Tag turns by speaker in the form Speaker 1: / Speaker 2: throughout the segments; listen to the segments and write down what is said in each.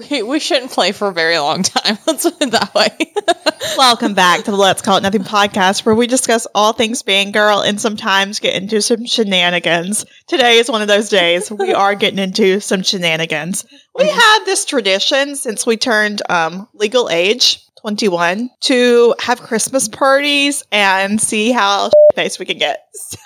Speaker 1: shouldn't play for a very long time. Let's put it that way.
Speaker 2: Welcome back to the Let's Call It Nothing podcast, where we discuss all things being girl and sometimes get into some shenanigans. Today is one of those days we are getting into some shenanigans. We had this tradition since we turned um, legal age, 21, to have Christmas parties and see how face we can get. So,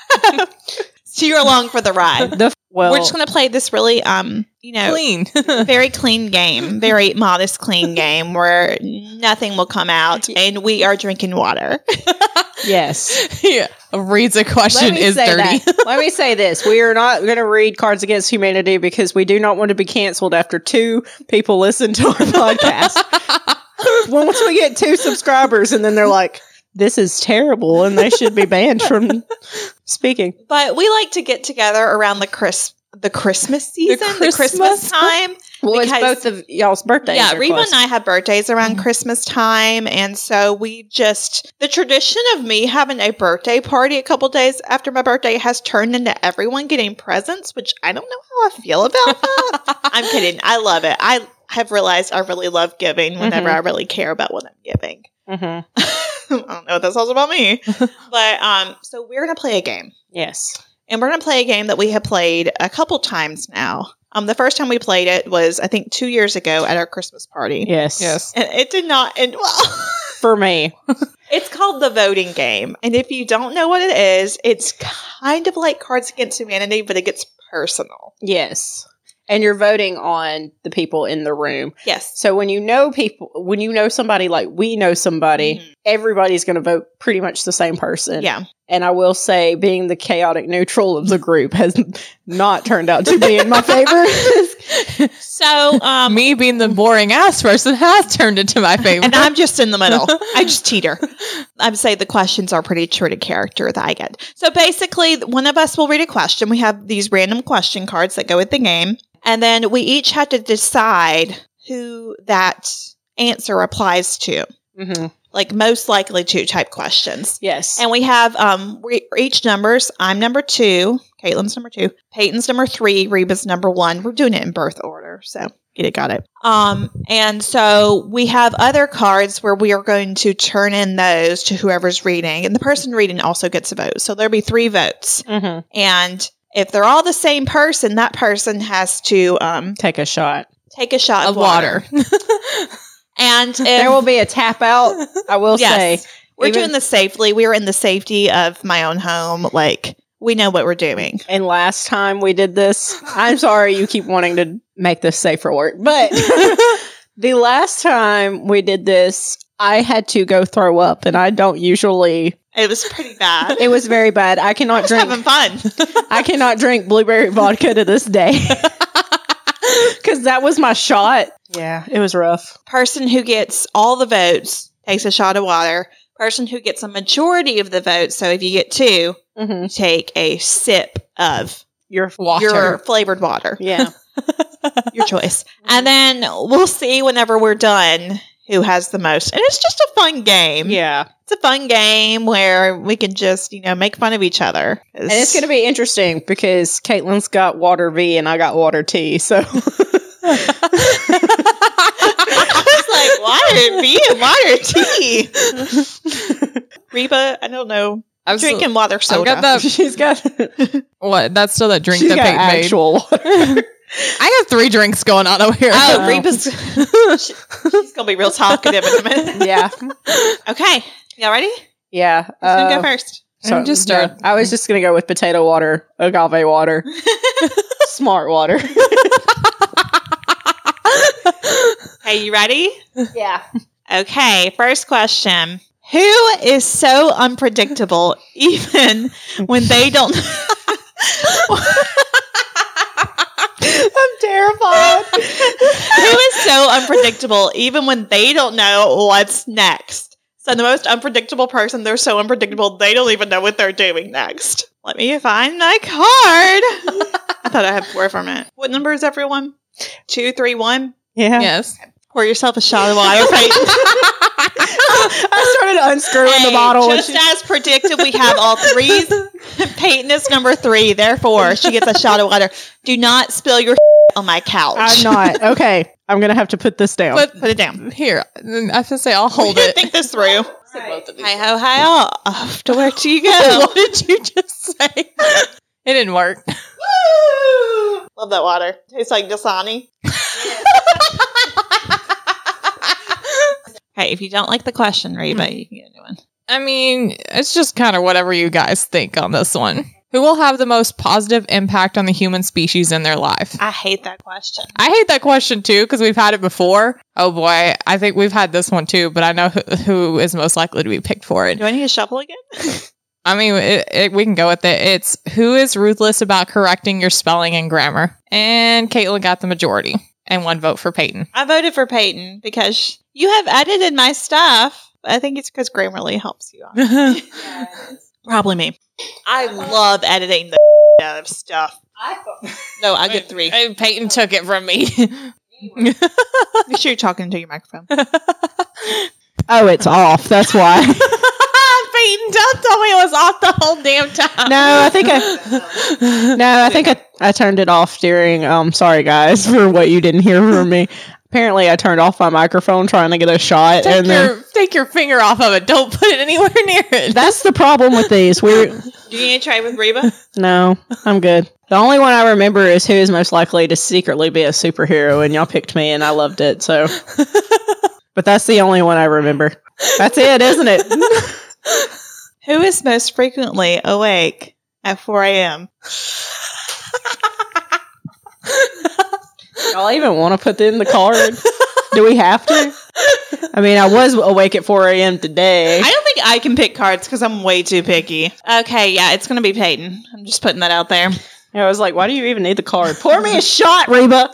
Speaker 2: so you're along for the ride.
Speaker 3: The f- well,
Speaker 2: We're just going to play this really, um, you know,
Speaker 1: Clean.
Speaker 2: very clean game, very modest, clean game where nothing will come out and we are drinking water.
Speaker 3: yes.
Speaker 1: yeah. Reads a question is dirty.
Speaker 3: that. Let me say this: we are not going to read Cards Against Humanity because we do not want to be canceled after two people listen to our podcast. Once we get two subscribers, and then they're like, "This is terrible," and they should be banned from speaking.
Speaker 2: But we like to get together around the Chris the Christmas season, the Christmas,
Speaker 1: Christmas?
Speaker 2: time.
Speaker 3: Well,
Speaker 2: Because-
Speaker 3: it's both of y'all's birthdays.
Speaker 2: yeah,
Speaker 3: are
Speaker 2: Reba
Speaker 3: close.
Speaker 2: and I have birthdays around Christmas time, and so we just the tradition of me having a birthday party a couple days after my birthday has turned into everyone getting presents, which I don't know how I feel about that. I'm kidding. I love it. I have realized I really love giving whenever
Speaker 3: Mhm.
Speaker 2: I really care about what I'm giving.
Speaker 3: Mhm.
Speaker 2: I don't know what that sounds about me. but um, so we're gonna play a game.
Speaker 3: Yes.
Speaker 2: And we're going to play a game that we have played a couple times now. Um, the first time we played it was, I think, two years ago at our Christmas party.
Speaker 3: Yes.
Speaker 1: yes.
Speaker 2: And it did not end well.
Speaker 3: For me.
Speaker 2: it's called the voting game. And if you don't know what it is, it's kind of like Cards Against Humanity, but it gets personal.
Speaker 3: Yes. And you're voting on the people in the room.
Speaker 2: Yes.
Speaker 3: So when you know people, when you know somebody like we know somebody,
Speaker 2: Mhm.
Speaker 3: everybody's going to vote pretty much the same person.
Speaker 2: Yeah.
Speaker 3: And I will say, being the chaotic neutral of the group has not turned out to be in my favor.
Speaker 2: So, um,
Speaker 1: Me being the boring ass person has turned into my favorite.
Speaker 2: and I'm just in the middle. I just teeter. I'd say the questions are pretty true to character that I get. So basically, one of us will read a question. We have these random question cards that go with the game, and then we each have to decide who that answer applies to,
Speaker 3: Mhm.
Speaker 2: like most likely to type questions.
Speaker 3: Yes.
Speaker 2: And we have um we each numbers. I'm number two. Caitlin's number two. Peyton's number three. Reba's number one. We're doing it in birth order, so get it, got it. Um, and so we have other cards where we are going to turn in those to whoever's reading, and the person reading also gets a vote. So there'll be three votes,
Speaker 3: Mhm.
Speaker 2: and if they're all the same person, that person has to um
Speaker 3: Take a shot.
Speaker 2: take a shot of,
Speaker 1: of water.
Speaker 2: And if,
Speaker 3: There will be a tap out. I will
Speaker 2: Yes.
Speaker 3: say.
Speaker 2: we're
Speaker 3: even-
Speaker 2: doing this safely. We are in the safety of my own home. Like we know what we're doing.
Speaker 3: And last time we did this, I'm sorry you keep wanting to make this safe for work, but the last time we did this, I had to go throw up, and I don't usually.
Speaker 2: It was pretty bad.
Speaker 3: It was very bad. I
Speaker 2: Just
Speaker 3: cannot drink.
Speaker 2: having fun.
Speaker 3: I cannot drink blueberry vodka to this day because that was my shot. Yeah, it was rough.
Speaker 2: Person who gets all the votes takes a shot of water. Person who gets a majority of the votes, so if you get two,
Speaker 3: Mm-hmm.
Speaker 2: you take a sip of
Speaker 3: Your
Speaker 1: Water.
Speaker 2: your flavored water,
Speaker 3: yeah,
Speaker 2: your choice. And then we'll see whenever we're done who has the most. And it's just a fun game.
Speaker 3: yeah.
Speaker 2: It's a fun game where we can just, you know, make fun of each other.
Speaker 3: And it's gonna be interesting because Caitlin's got water V and I got water T. So
Speaker 2: it's like water, beer, water, tea. Reba, I don't know.
Speaker 1: I'm so-
Speaker 2: drinking water
Speaker 1: I've
Speaker 2: soda.
Speaker 1: got that.
Speaker 3: she's got
Speaker 1: What? That's still that drink
Speaker 3: she's
Speaker 1: that
Speaker 3: got
Speaker 1: Peyton made.
Speaker 3: actual water.
Speaker 1: I have three drinks going on over here.
Speaker 2: Oh,
Speaker 3: Wow.
Speaker 2: Reba's she, she's gonna be real talkative in a minute.
Speaker 3: yeah,
Speaker 2: Okay, y'all ready? Who's
Speaker 3: yeah.
Speaker 2: gonna
Speaker 3: uh,
Speaker 2: go first?
Speaker 1: I'm just
Speaker 3: yeah.
Speaker 1: start-
Speaker 3: I was just gonna go with potato water, agave water, smart water.
Speaker 2: Hey, you ready?
Speaker 3: Yeah.
Speaker 2: Okay, first question. Who is so unpredictable even when they don't
Speaker 3: I'm terrified.
Speaker 2: Who is so unpredictable even when they don't know what's next? So the most unpredictable person, they're so unpredictable they don't even know what they're doing next. Let me find my card. I thought I had four for a minute. What number is everyone? Two, three, one.
Speaker 3: Yeah.
Speaker 1: yes.
Speaker 2: Pour yourself a shot of water. Peyton.
Speaker 3: I started unscrewing
Speaker 2: Hey,
Speaker 3: the bottle. and
Speaker 2: Just as predicted, we have all threes. Peyton is number three, therefore she gets a shot of water. Do not spill your on my couch.
Speaker 3: I'm not. Okay. I'm gonna have to put this down.
Speaker 4: But
Speaker 2: Put it down.
Speaker 4: here, I have to say I'll hold it.
Speaker 2: Think this through.
Speaker 4: Both of these.
Speaker 2: Hi ho, hi ho. Off to where do you go?
Speaker 4: what did you just say? it didn't work.
Speaker 2: Love that water. Tastes like Dasani. Okay, if you don't like the question, Reba, you can get a new one.
Speaker 4: I mean, it's just kind of whatever you guys think on this one. Who will have the most positive impact on the human species in their life?
Speaker 2: I hate that question.
Speaker 4: I hate that question too because we've had it before. Oh boy, I think we've had this one too, but I know who, who is most likely to be picked for it.
Speaker 2: Do I need a shovel again?
Speaker 4: I mean, it, it, we can go with it. It's who is ruthless about correcting your spelling and grammar? And Caitlin got the majority and one vote for Peyton.
Speaker 2: I voted for Peyton because you have edited my stuff. I think it's because Grammarly helps you. out. Probably me. I love editing the out of stuff. No, I get three.
Speaker 4: And Peyton took it from me.
Speaker 2: Make sure you're talking to your microphone.
Speaker 3: oh, it's off. That's why.
Speaker 4: Peyton, don't tell me it was off the whole damn time.
Speaker 3: No, I think I- No, I think I, I turned it off during. Um, sorry guys for what you didn't hear from me. Apparently, I turned off my microphone trying to get a shot,
Speaker 4: Take
Speaker 3: and then
Speaker 4: your, take your finger off of it. Don't put it anywhere near it.
Speaker 3: that's the problem with these. We
Speaker 2: Do you need to try with Reba?
Speaker 3: no, I'm good. The only one I remember is who is most likely to secretly be a superhero, and y'all picked me, and I loved it. So, but that's the only one I remember. That's it, isn't it?
Speaker 2: Who is most frequently awake at 4 a.m.?
Speaker 3: Y'all even want to put in the card? Do we have to? I mean, I was awake at 4 a.m. today.
Speaker 2: I don't think I can pick cards because I'm way too picky. Okay, yeah, it's going to be Peyton. I'm just putting that out there.
Speaker 3: I was like, why do you even need the card? Pour me a shot, Reba.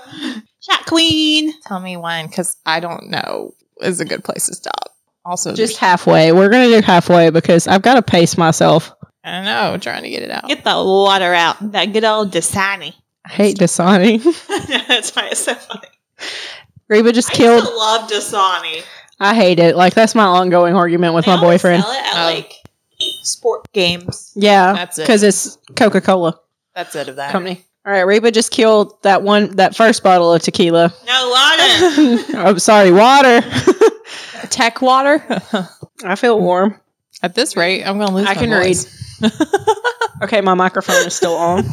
Speaker 2: Shot Queen.
Speaker 4: Tell me one because I don't know is a good place to stop. Also,
Speaker 3: Just halfway. We're going to do halfway because I've got to pace myself.
Speaker 4: I don't know, trying to get it out.
Speaker 2: Get the water out. That good old Dasani.
Speaker 3: I hate Dasani.
Speaker 2: That's why it's so funny.
Speaker 3: Reba just
Speaker 2: I
Speaker 3: killed.
Speaker 2: used to love Dasani.
Speaker 3: I hate it. Like, that's my ongoing argument with
Speaker 2: They
Speaker 3: my
Speaker 2: always
Speaker 3: boyfriend.
Speaker 2: Sell it
Speaker 4: Oh.
Speaker 2: at like sport games.
Speaker 3: Yeah.
Speaker 4: That's it.
Speaker 3: Because it's Coca Cola
Speaker 4: That's it of that.
Speaker 3: company. All right, Reba just killed that one, that first bottle of tequila.
Speaker 2: No water.
Speaker 3: I'm sorry, water.
Speaker 4: Tech water.
Speaker 3: I feel warm.
Speaker 4: At this rate, I'm going to lose. my
Speaker 3: I can
Speaker 4: voice.
Speaker 3: Okay, my microphone is still on.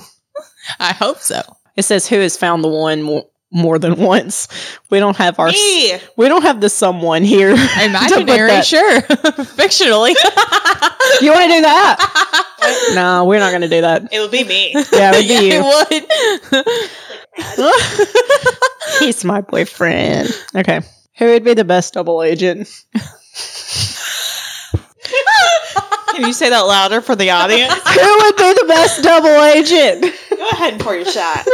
Speaker 4: I hope so.
Speaker 3: It says who has found the one more, more than once. We don't have our
Speaker 2: Me.
Speaker 3: we don't have the someone here.
Speaker 4: Imaginary,
Speaker 3: that-
Speaker 4: sure. Fictionally.
Speaker 3: You want to do that? no, we're not going to do that.
Speaker 2: It would be me.
Speaker 3: Yeah, it would
Speaker 4: Yeah,
Speaker 3: be you.
Speaker 4: it would.
Speaker 3: He's my boyfriend. Okay, who would be the best double agent?
Speaker 2: Can you say that louder for the audience?
Speaker 3: who would be the best double agent?
Speaker 2: Go ahead and pour your shot.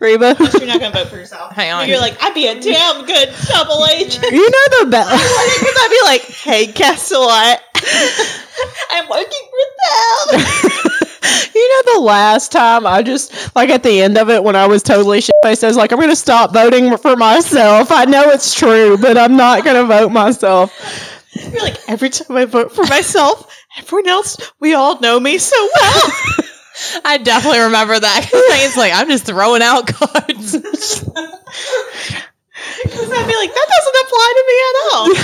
Speaker 3: Reba.
Speaker 2: You're not gonna vote for yourself.
Speaker 4: Hang on.
Speaker 2: You're like, I'd be a damn good double agent.
Speaker 3: You know the best.
Speaker 2: Because I'd be like, hey, guess what? I'm working for them.
Speaker 3: you know the last time I just like at the end of it when I was totally shit faced, I was like, I'm gonna stop voting for myself. I know it's true, but I'm not gonna vote myself.
Speaker 2: You're like, every time I vote for myself, everyone else, we all know me so well.
Speaker 4: I definitely remember that. 'cause It's like, I'm just throwing out cards.
Speaker 2: Because I'd be like, that doesn't apply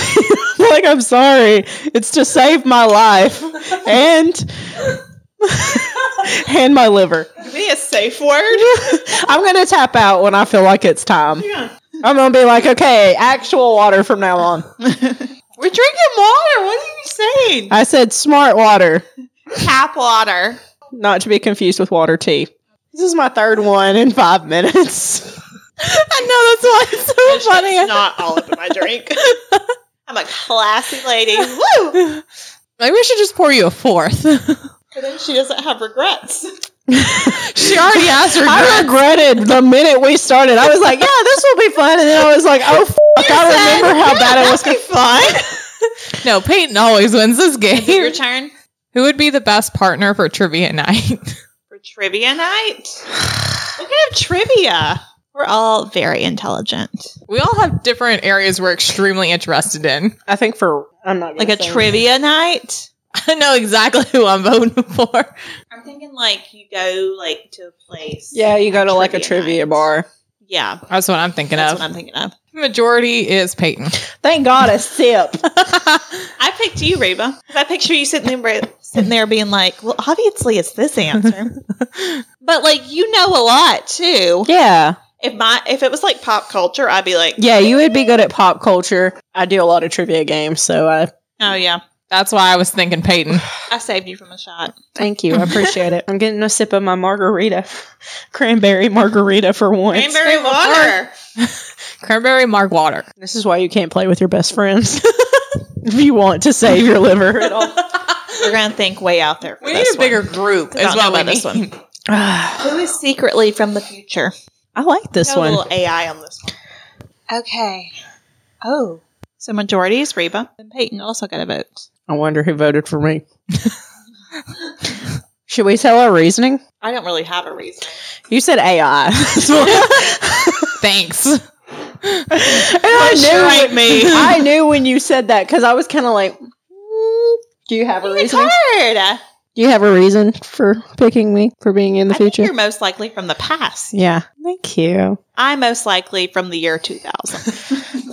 Speaker 2: to me at all.
Speaker 3: like I'm sorry. It's to save my life and and my liver.
Speaker 2: Give me a safe word.
Speaker 3: I'm gonna tap out when I feel like it's time.
Speaker 2: Yeah.
Speaker 3: I'm gonna be like, okay, actual water from now on.
Speaker 2: We're drinking water. What are you saying?
Speaker 3: I said smart water,
Speaker 2: Tap water.
Speaker 3: not to be confused with water tea. This is my third one in five minutes.
Speaker 4: I know, that's why it's so funny.
Speaker 2: It's not all up in my drink. I'm a classy lady. Woo!
Speaker 4: Maybe we should just pour you a fourth.
Speaker 2: But then she doesn't have regrets.
Speaker 4: she already asked her.
Speaker 3: I regretted the minute we started. I was like, yeah, this will be fun. And then I was like, oh, fuck, I remember how bad it was.
Speaker 2: be fun.
Speaker 4: No, Peyton always wins this
Speaker 2: Your
Speaker 4: game.
Speaker 2: turn
Speaker 4: Who would be the best partner for trivia night?
Speaker 2: for trivia night. We're gonna have trivia. We're all very intelligent.
Speaker 4: we all have different areas we're extremely interested in.
Speaker 3: I think for, I'm not
Speaker 2: Like a trivia night.
Speaker 4: I know exactly who I'm voting for.
Speaker 2: I'm thinking like you go like to a place.
Speaker 3: Yeah, you go to like a
Speaker 2: Trivia
Speaker 3: trivia
Speaker 2: night.
Speaker 3: bar.
Speaker 2: Yeah,
Speaker 4: That's what I'm thinking
Speaker 2: that's
Speaker 4: of.
Speaker 2: what I'm thinking of.
Speaker 4: Majority is Peyton.
Speaker 3: Thank God a sip.
Speaker 2: I picked you, Reba. 'cause I picture you sitting there, sitting there being like, "Well, obviously it's this answer," but like you know a lot too.
Speaker 3: yeah.
Speaker 2: If my if it was like pop culture, I'd be like,
Speaker 3: Yeah, you would be good at pop culture. I do a lot of trivia games, so I
Speaker 2: "Oh yeah,
Speaker 4: That's why I was thinking Peyton.
Speaker 2: I saved you from a shot."
Speaker 3: thank you. I appreciate it. I'm getting a sip of my margarita. Cranberry margarita for once.
Speaker 2: Cranberry water.
Speaker 4: Cranberry mark water.
Speaker 3: This is why you can't play with your best friends. if you want to save your liver at all.
Speaker 2: We're gonna think way out there. For
Speaker 4: We need
Speaker 2: this
Speaker 4: a bigger
Speaker 2: one.
Speaker 4: group
Speaker 2: I don't
Speaker 4: as well.
Speaker 2: know
Speaker 4: We
Speaker 2: about this
Speaker 4: need.
Speaker 2: one. Who is secretly from the future?
Speaker 3: I like this
Speaker 2: Got a
Speaker 3: one.
Speaker 2: little AI on this one. Okay. Oh. So majority is Reba. And Peyton also got a vote.
Speaker 3: I wonder who voted for me. Should we tell our reasoning?
Speaker 2: I don't really have a reason.
Speaker 3: You said AI.
Speaker 4: Thanks.
Speaker 3: And I
Speaker 2: Push
Speaker 3: knew
Speaker 2: right
Speaker 3: when-
Speaker 2: me.
Speaker 3: I knew when you said that because I was kind of like, "Mm, "Do you have a
Speaker 2: It's
Speaker 3: reason?
Speaker 2: hard.
Speaker 3: Do you have a reason for picking me for being in the
Speaker 2: I think
Speaker 3: future?"
Speaker 2: you're most likely from the past.
Speaker 3: Yeah, thank you.
Speaker 2: I'm most likely from the year 2000.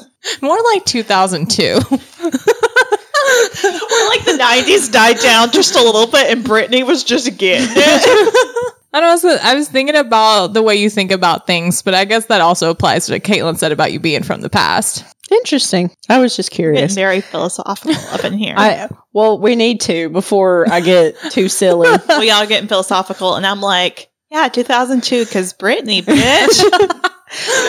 Speaker 4: More like 2002.
Speaker 2: We're like the 90s died down just a little bit, and Britney was just getting it.
Speaker 4: I don't know. so I was thinking about the way you think about things, but I guess that also applies to what Caitlin said about you being from the past.
Speaker 3: Interesting. I was just
Speaker 2: Getting
Speaker 3: curious.
Speaker 2: very philosophical up in here.
Speaker 3: I well, we need to before I get too silly.
Speaker 2: we all getting philosophical, and I'm like, yeah, 2002, because Britney, bitch.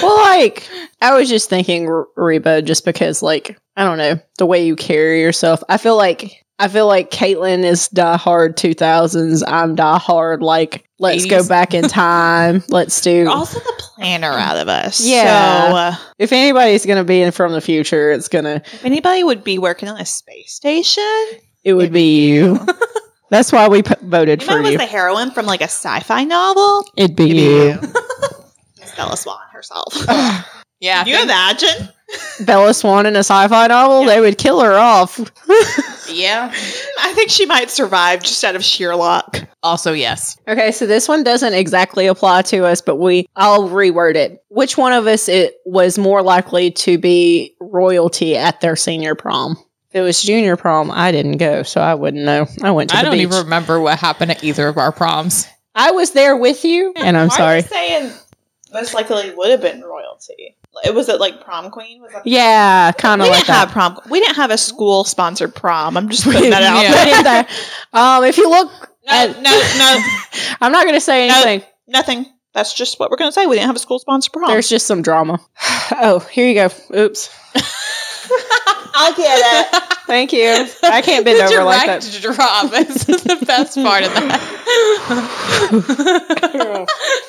Speaker 3: well, like I was just thinking, R- Reba, just because, like, I don't know, the way you carry yourself. I feel like I feel like Caitlyn is die hard two thousands. I'm die hard like let's go
Speaker 4: 80s.
Speaker 3: back in time. let's do.
Speaker 2: You're also the planner out of us.
Speaker 3: Yeah.
Speaker 2: So, uh,
Speaker 3: If anybody's gonna be in from the future, it's gonna
Speaker 2: If anybody would be working on a space station,
Speaker 3: it would be you. That's why we p- voted
Speaker 2: you
Speaker 3: for
Speaker 2: know, was
Speaker 3: you.
Speaker 2: the heroine from like a sci-fi novel.
Speaker 3: It'd be you,
Speaker 2: It's Bella Swan herself.
Speaker 4: Yeah.
Speaker 2: Can you imagine?
Speaker 3: Bella Swan in a sci-fi novel. They would kill her off.
Speaker 4: yeah.
Speaker 2: I think she might survive just out of sheer luck.
Speaker 4: Also, yes.
Speaker 3: Okay, so this one doesn't exactly apply to us, but we I'll reword it. Which one of us it was more likely to be royalty at their senior prom? If it was junior prom, I didn't go, so I wouldn't know. I went to
Speaker 4: I
Speaker 3: the
Speaker 4: don't
Speaker 3: beach.
Speaker 4: even remember what happened at either of our proms.
Speaker 3: I was there with you, and I'm
Speaker 2: Why Are
Speaker 3: sorry.
Speaker 2: you saying most likely would have been royalty. It was it like prom queen. Was that-
Speaker 3: Yeah, kind
Speaker 2: we
Speaker 3: of
Speaker 2: didn't
Speaker 3: like
Speaker 2: have
Speaker 3: that.
Speaker 2: prom. We didn't have a school sponsored prom. I'm just putting that out.
Speaker 4: Yeah.
Speaker 2: there.
Speaker 3: But in there- um, if you look,
Speaker 2: No, no, no,
Speaker 3: I'm not going to say
Speaker 2: No.
Speaker 3: anything.
Speaker 2: nothing. That's just what we're gonna say. We didn't have a school sponsored prom.
Speaker 3: There's just some drama. Oh, here you go. Oops.
Speaker 2: I get it.
Speaker 3: Thank you. I can't bend
Speaker 4: The
Speaker 3: over like
Speaker 4: direct
Speaker 3: that.
Speaker 4: drop is the best part of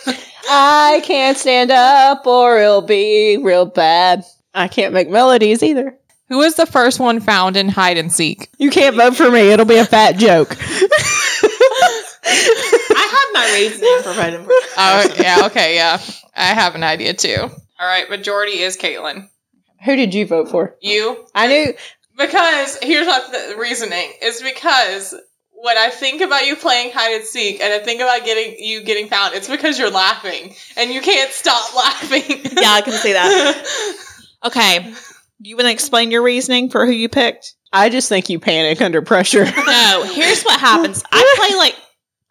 Speaker 4: that.
Speaker 3: I can't stand up or it'll be real bad. I can't make melodies either.
Speaker 4: Who was the first one found in hide and seek?
Speaker 3: You can't vote for me. It'll be a fat joke.
Speaker 2: I have my reasoning for voting for.
Speaker 4: Oh, yeah. Okay. Yeah. I have an idea too. All right. Majority is Caitlin.
Speaker 3: Who did you vote for?
Speaker 4: You
Speaker 3: I knew.
Speaker 4: Because here's not the reasoning is because when I think about you playing hide and seek and I think about getting you getting found, it's because you're laughing and you can't stop laughing.
Speaker 2: Yeah, I can see that. Okay. You want to explain your reasoning for who you picked?
Speaker 3: I just think you panic under pressure.
Speaker 2: No. Here's what happens. I play like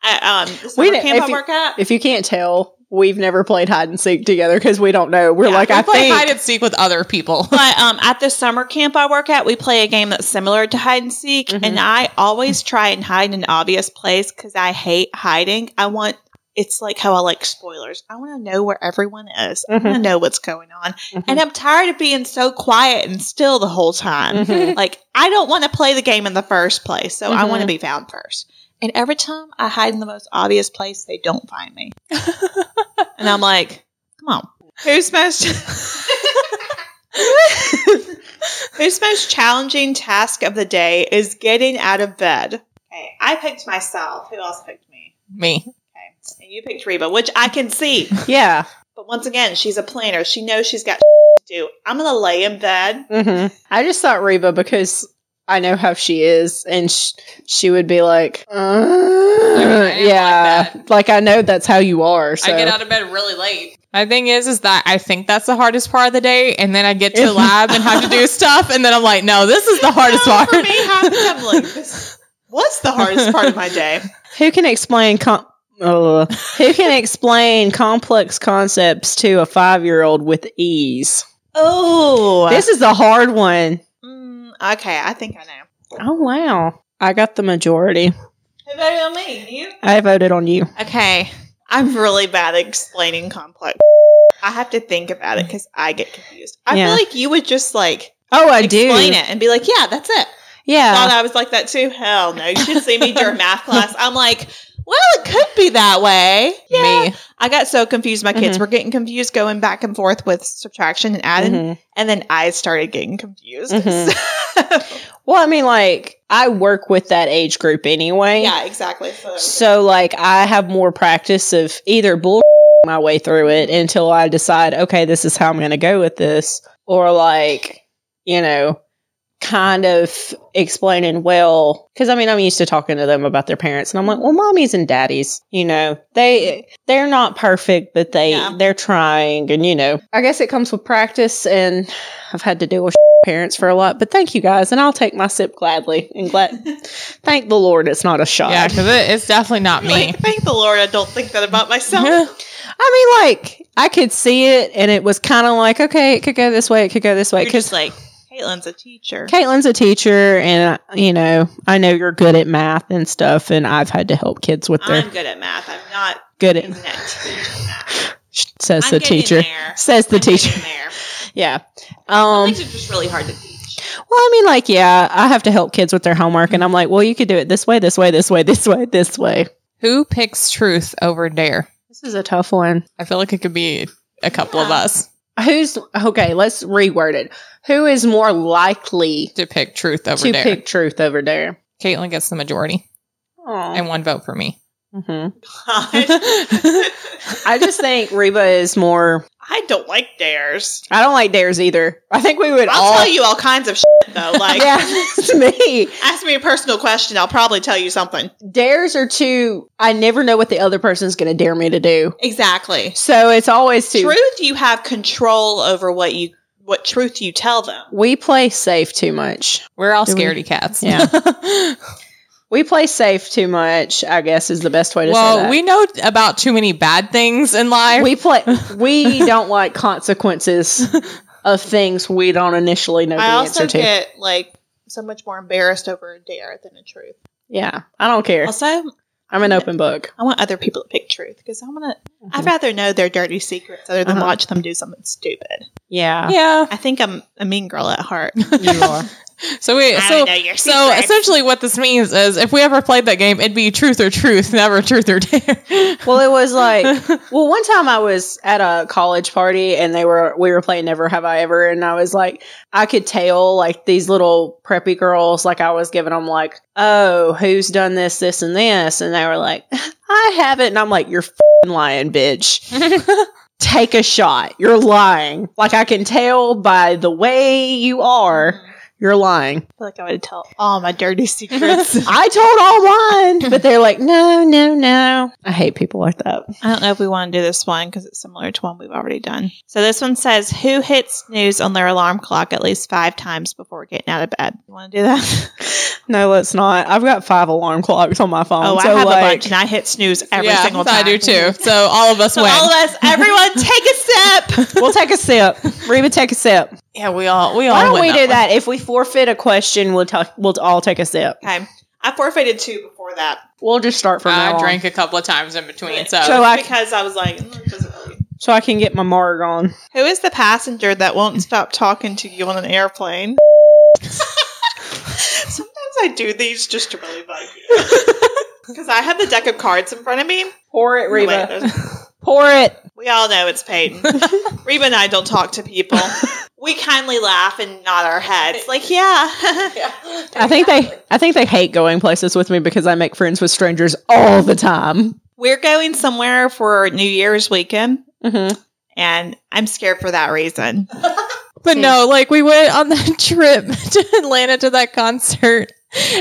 Speaker 2: I, um this
Speaker 3: We
Speaker 2: summer
Speaker 3: didn't-
Speaker 2: camp
Speaker 3: if
Speaker 2: I
Speaker 3: you-
Speaker 2: work at.
Speaker 3: if you can't tell, we've never played hide and seek together because we don't know. We're
Speaker 2: Yeah,
Speaker 3: like,
Speaker 4: we
Speaker 3: I
Speaker 4: play hide
Speaker 3: think.
Speaker 4: and seek with other people.
Speaker 2: But um, at the summer camp I work at, we play a game that's similar to hide and seek,
Speaker 3: Mhm.
Speaker 2: and I always try and hide in an obvious place because I hate hiding. I want it's like how I like spoilers. I want to know where everyone is. I
Speaker 3: Mm-hmm.
Speaker 2: want to know what's going on,
Speaker 3: Mhm.
Speaker 2: and I'm tired of being so quiet and still the whole time.
Speaker 3: Mhm.
Speaker 2: Like, I don't want to play the game in the first place, so I
Speaker 3: Mhm.
Speaker 2: want to be found first. And every time I hide in the most obvious place, they don't find me. and I'm like, come on. Who's most Who's most challenging task of the day is getting out of bed. Okay, I picked myself. Who else picked me?
Speaker 4: Me.
Speaker 2: Okay. And you picked Reba, which I can see.
Speaker 3: Yeah.
Speaker 2: But once again, she's a planner. She knows she's got to do. I'm gonna lay in bed.
Speaker 3: Mm-hmm. hmm I just thought Reba because I know how she is, and sh- she would be like, uh,
Speaker 1: I am
Speaker 3: yeah,
Speaker 1: like
Speaker 3: like, I know that's how you are. So
Speaker 1: I get out of bed really late. My thing is, is that I think that's the hardest part of the day, and then I get to the lab and have to do stuff, and then I'm like, no, this is the hardest
Speaker 2: No,
Speaker 1: part.
Speaker 2: Oh, for me, half the time, like, this- what's the hardest part of my day?
Speaker 3: who can explain com- uh, who can explain complex concepts to a five year old with ease?
Speaker 2: Oh,
Speaker 3: This is the hard one.
Speaker 2: mm, okay. I think I know.
Speaker 3: Oh wow, I got the majority.
Speaker 2: Who voted on me? You?
Speaker 3: I voted on you.
Speaker 2: Okay. I'm really bad at explaining complex. I have to think about it because I get confused. I
Speaker 3: Yeah.
Speaker 2: feel like you would just like
Speaker 3: Oh, I do.
Speaker 2: explain it and be like, "Yeah, that's it." Thought
Speaker 3: Yeah,
Speaker 2: I was like that too. Hell no! You should see me during math class. I'm like, "Well, it could be that way." Yeah.
Speaker 1: Me.
Speaker 2: I got so confused. My
Speaker 3: Mm-hmm.
Speaker 2: kids were getting confused, going back and forth with subtraction and adding,
Speaker 3: Mhm.
Speaker 2: and then I started getting confused.
Speaker 3: Mhm. Well, I mean, like I work with that age group anyway.
Speaker 2: yeah, exactly. So,
Speaker 3: So, like, I have more practice of either bull my way through it until I decide, okay, this is how I'm going to go with this, or like, you know, kind of explaining well, because I mean, I'm used to talking to them about their parents, and I'm like, well, mommies and daddies, you know, they they're not perfect, but they
Speaker 2: Yeah.
Speaker 3: they're trying, and you know, I guess it comes with practice, and I've had to deal with parents for a lot, but thank you guys, and I'll take my sip gladly and glad. Thank the Lord, it's not a shot.
Speaker 1: Yeah, because it, it's definitely not
Speaker 2: Really,
Speaker 1: me.
Speaker 2: thank the Lord, I don't think that about myself.
Speaker 3: I mean, like I could see it, and it was kind of like, okay, it could go this way, it could go this way.
Speaker 2: You're just
Speaker 3: Because
Speaker 2: like, Caitlin's a teacher.
Speaker 3: Caitlin's a teacher, and uh, you know, I know you're good at math and stuff, and I've had to help kids with their
Speaker 2: I'm good at math. I'm not
Speaker 3: good
Speaker 2: good
Speaker 3: at.
Speaker 2: at
Speaker 3: Says
Speaker 2: I'm
Speaker 3: the
Speaker 2: getting
Speaker 3: teacher.
Speaker 2: There.
Speaker 3: Says the
Speaker 2: I'm getting
Speaker 3: teacher.
Speaker 2: There.
Speaker 3: Yeah.
Speaker 2: Um,
Speaker 3: Um.
Speaker 2: it's just really hard to teach.
Speaker 3: Well, I mean, like, yeah, I have to help kids with their homework,
Speaker 2: Mm-hmm.
Speaker 3: and I'm like, well, you could do it this way, this way, this way, this way, this way.
Speaker 1: Who picks truth over dare?
Speaker 3: This is a tough one.
Speaker 1: I feel like it could be a couple of
Speaker 2: Yeah.
Speaker 1: us
Speaker 3: Who's okay? Let's reword it. Who is more likely
Speaker 1: to pick truth over
Speaker 3: to
Speaker 1: dare.
Speaker 3: pick truth over dare?
Speaker 1: Caitlin gets the majority and one vote for me.
Speaker 3: hmm
Speaker 2: I
Speaker 3: I just think Reba is more.
Speaker 2: don't like dares.
Speaker 3: I don't like dares either. I think we would
Speaker 2: I'll
Speaker 3: all.
Speaker 2: tell you all kinds of shit, though. Like,
Speaker 3: yeah, it's me.
Speaker 2: ask me a personal question. I'll probably tell you something.
Speaker 3: Dares are too. I never know what the other person's going to dare me to do.
Speaker 2: Exactly.
Speaker 3: So it's always too.
Speaker 2: Truth, you have control over what you what truth you tell them.
Speaker 3: We play safe too much.
Speaker 1: We're all
Speaker 3: Do we-
Speaker 1: scaredy cats.
Speaker 3: Yeah. We play safe too much. I guess is the best way to say
Speaker 1: well,
Speaker 3: that.
Speaker 1: we know about too many bad things in life.
Speaker 3: we play. We don't like consequences of things we don't initially know the
Speaker 2: I also
Speaker 3: answer to.
Speaker 2: get like so much more embarrassed over a dare than a truth.
Speaker 3: yeah, I don't care.
Speaker 2: Also, I
Speaker 3: I'm an open book.
Speaker 2: want other people to pick truth because I want to. I'd
Speaker 3: Mhm.
Speaker 2: rather know their dirty secrets other than
Speaker 3: Uh-huh.
Speaker 2: watch them do something stupid.
Speaker 3: Yeah,
Speaker 1: yeah.
Speaker 2: I think I'm a mean girl at heart.
Speaker 3: you are.
Speaker 1: So we so
Speaker 2: your
Speaker 1: so essentially what this means is if we ever played that game, it'd be truth or truth, never truth or dare.
Speaker 3: Well, it was like Well, one time I was at a college party and they were we were playing Never Have I Ever, and I was like, I could tell like these little preppy girls, like I was giving them like, oh, who's done this, this, and this, and they were like, I haven't, and I'm like, you're fing lying, bitch. Take a shot. You're lying. Like I can tell by the way you are, you're lying.
Speaker 2: I feel like I would tell all my dirty secrets.
Speaker 3: I told all mine, but they're like, no, no, no. I hate people like that.
Speaker 2: I don't know if we want to do this one because it's similar to one we've already done. So this one says, "Who hits snooze on their alarm clock at least five times before getting out of bed?" You want to do that?
Speaker 3: No, let's not. I've got five alarm clocks on my phone.
Speaker 2: oh,
Speaker 3: so
Speaker 2: I have
Speaker 3: like,
Speaker 2: a bunch, and I hit snooze every
Speaker 1: Yeah,
Speaker 2: single time.
Speaker 1: I do too. So all of us
Speaker 2: So
Speaker 1: win.
Speaker 2: all of us, everyone, take a sip.
Speaker 3: We'll take a sip. Reba, take a sip.
Speaker 1: yeah, we all we all.
Speaker 3: Why don't
Speaker 1: win
Speaker 3: we do
Speaker 1: one.
Speaker 3: that? If we forfeit a question, we'll ta- we'll all take a sip.
Speaker 2: Okay, I forfeited two before that.
Speaker 3: We'll just start from now
Speaker 1: I
Speaker 3: on.
Speaker 1: drank a couple of times in between, so,
Speaker 3: So I-
Speaker 2: because I was like, "Mm, doesn't really-"
Speaker 3: so I can get my marg on.
Speaker 2: "Who is the passenger that won't stop talking to you on an airplane?" Sometimes I do these just to really bug you. Because I have the deck of cards in front of me.
Speaker 3: Pour it,
Speaker 2: Wait,
Speaker 3: Reba.
Speaker 2: there's-
Speaker 3: Pour it.
Speaker 2: We all know it's Peyton. Reba and I don't talk to people. We kindly laugh and nod our heads. Like, yeah.
Speaker 3: I think they I think they hate going places with me because I make friends with strangers all the time.
Speaker 2: We're going somewhere for New Year's weekend,
Speaker 3: Mm-hmm. Oh
Speaker 2: and I'm scared for that reason.
Speaker 4: But no, like we went on that trip to Atlanta to that concert,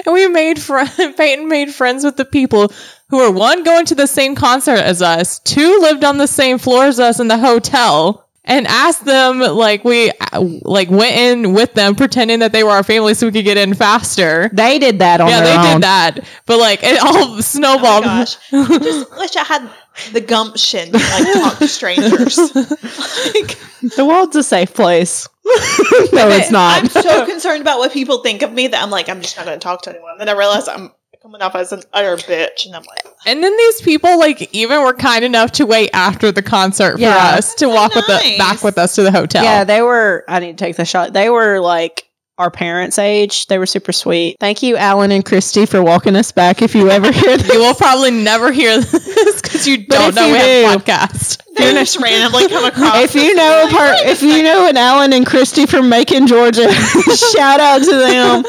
Speaker 4: and we made friends. Peyton made friends with the people who were one going to the same concert as us, two lived on the same floor as us in the hotel, and asked them like we uh, like went in with them pretending that they were our family so we could get in faster.
Speaker 3: They did that on
Speaker 4: yeah,
Speaker 3: their
Speaker 4: they
Speaker 3: own.
Speaker 4: did that, but like it all
Speaker 2: Oh my
Speaker 4: snowballed.
Speaker 2: gosh. I just wish I had the gumption to like talk to strangers. Like,
Speaker 3: The world's a safe place. no, it's
Speaker 2: I'm
Speaker 3: not.
Speaker 2: so concerned about what people think of me that I'm like, I'm just not going to talk to anyone. Then I realize I'm coming off as an utter bitch, and I'm like,
Speaker 4: And then these people, like, even were kind enough to wait after the concert for
Speaker 3: Yeah.
Speaker 4: us to walk with the
Speaker 2: nice.
Speaker 4: back with us to the hotel.
Speaker 3: Yeah, they were. I need to take the shot. They were like our parents' age. They were super sweet. Thank you, Alan and Christy, for walking us back. If you ever hear
Speaker 4: you
Speaker 3: this,
Speaker 4: will probably never hear this because you
Speaker 3: if
Speaker 4: don't know
Speaker 3: you
Speaker 4: we have a
Speaker 3: do-
Speaker 4: podcast.
Speaker 2: they just randomly come across.
Speaker 3: if you know a part, if you know an Alan and Christy from Macon, Georgia, shout out to them.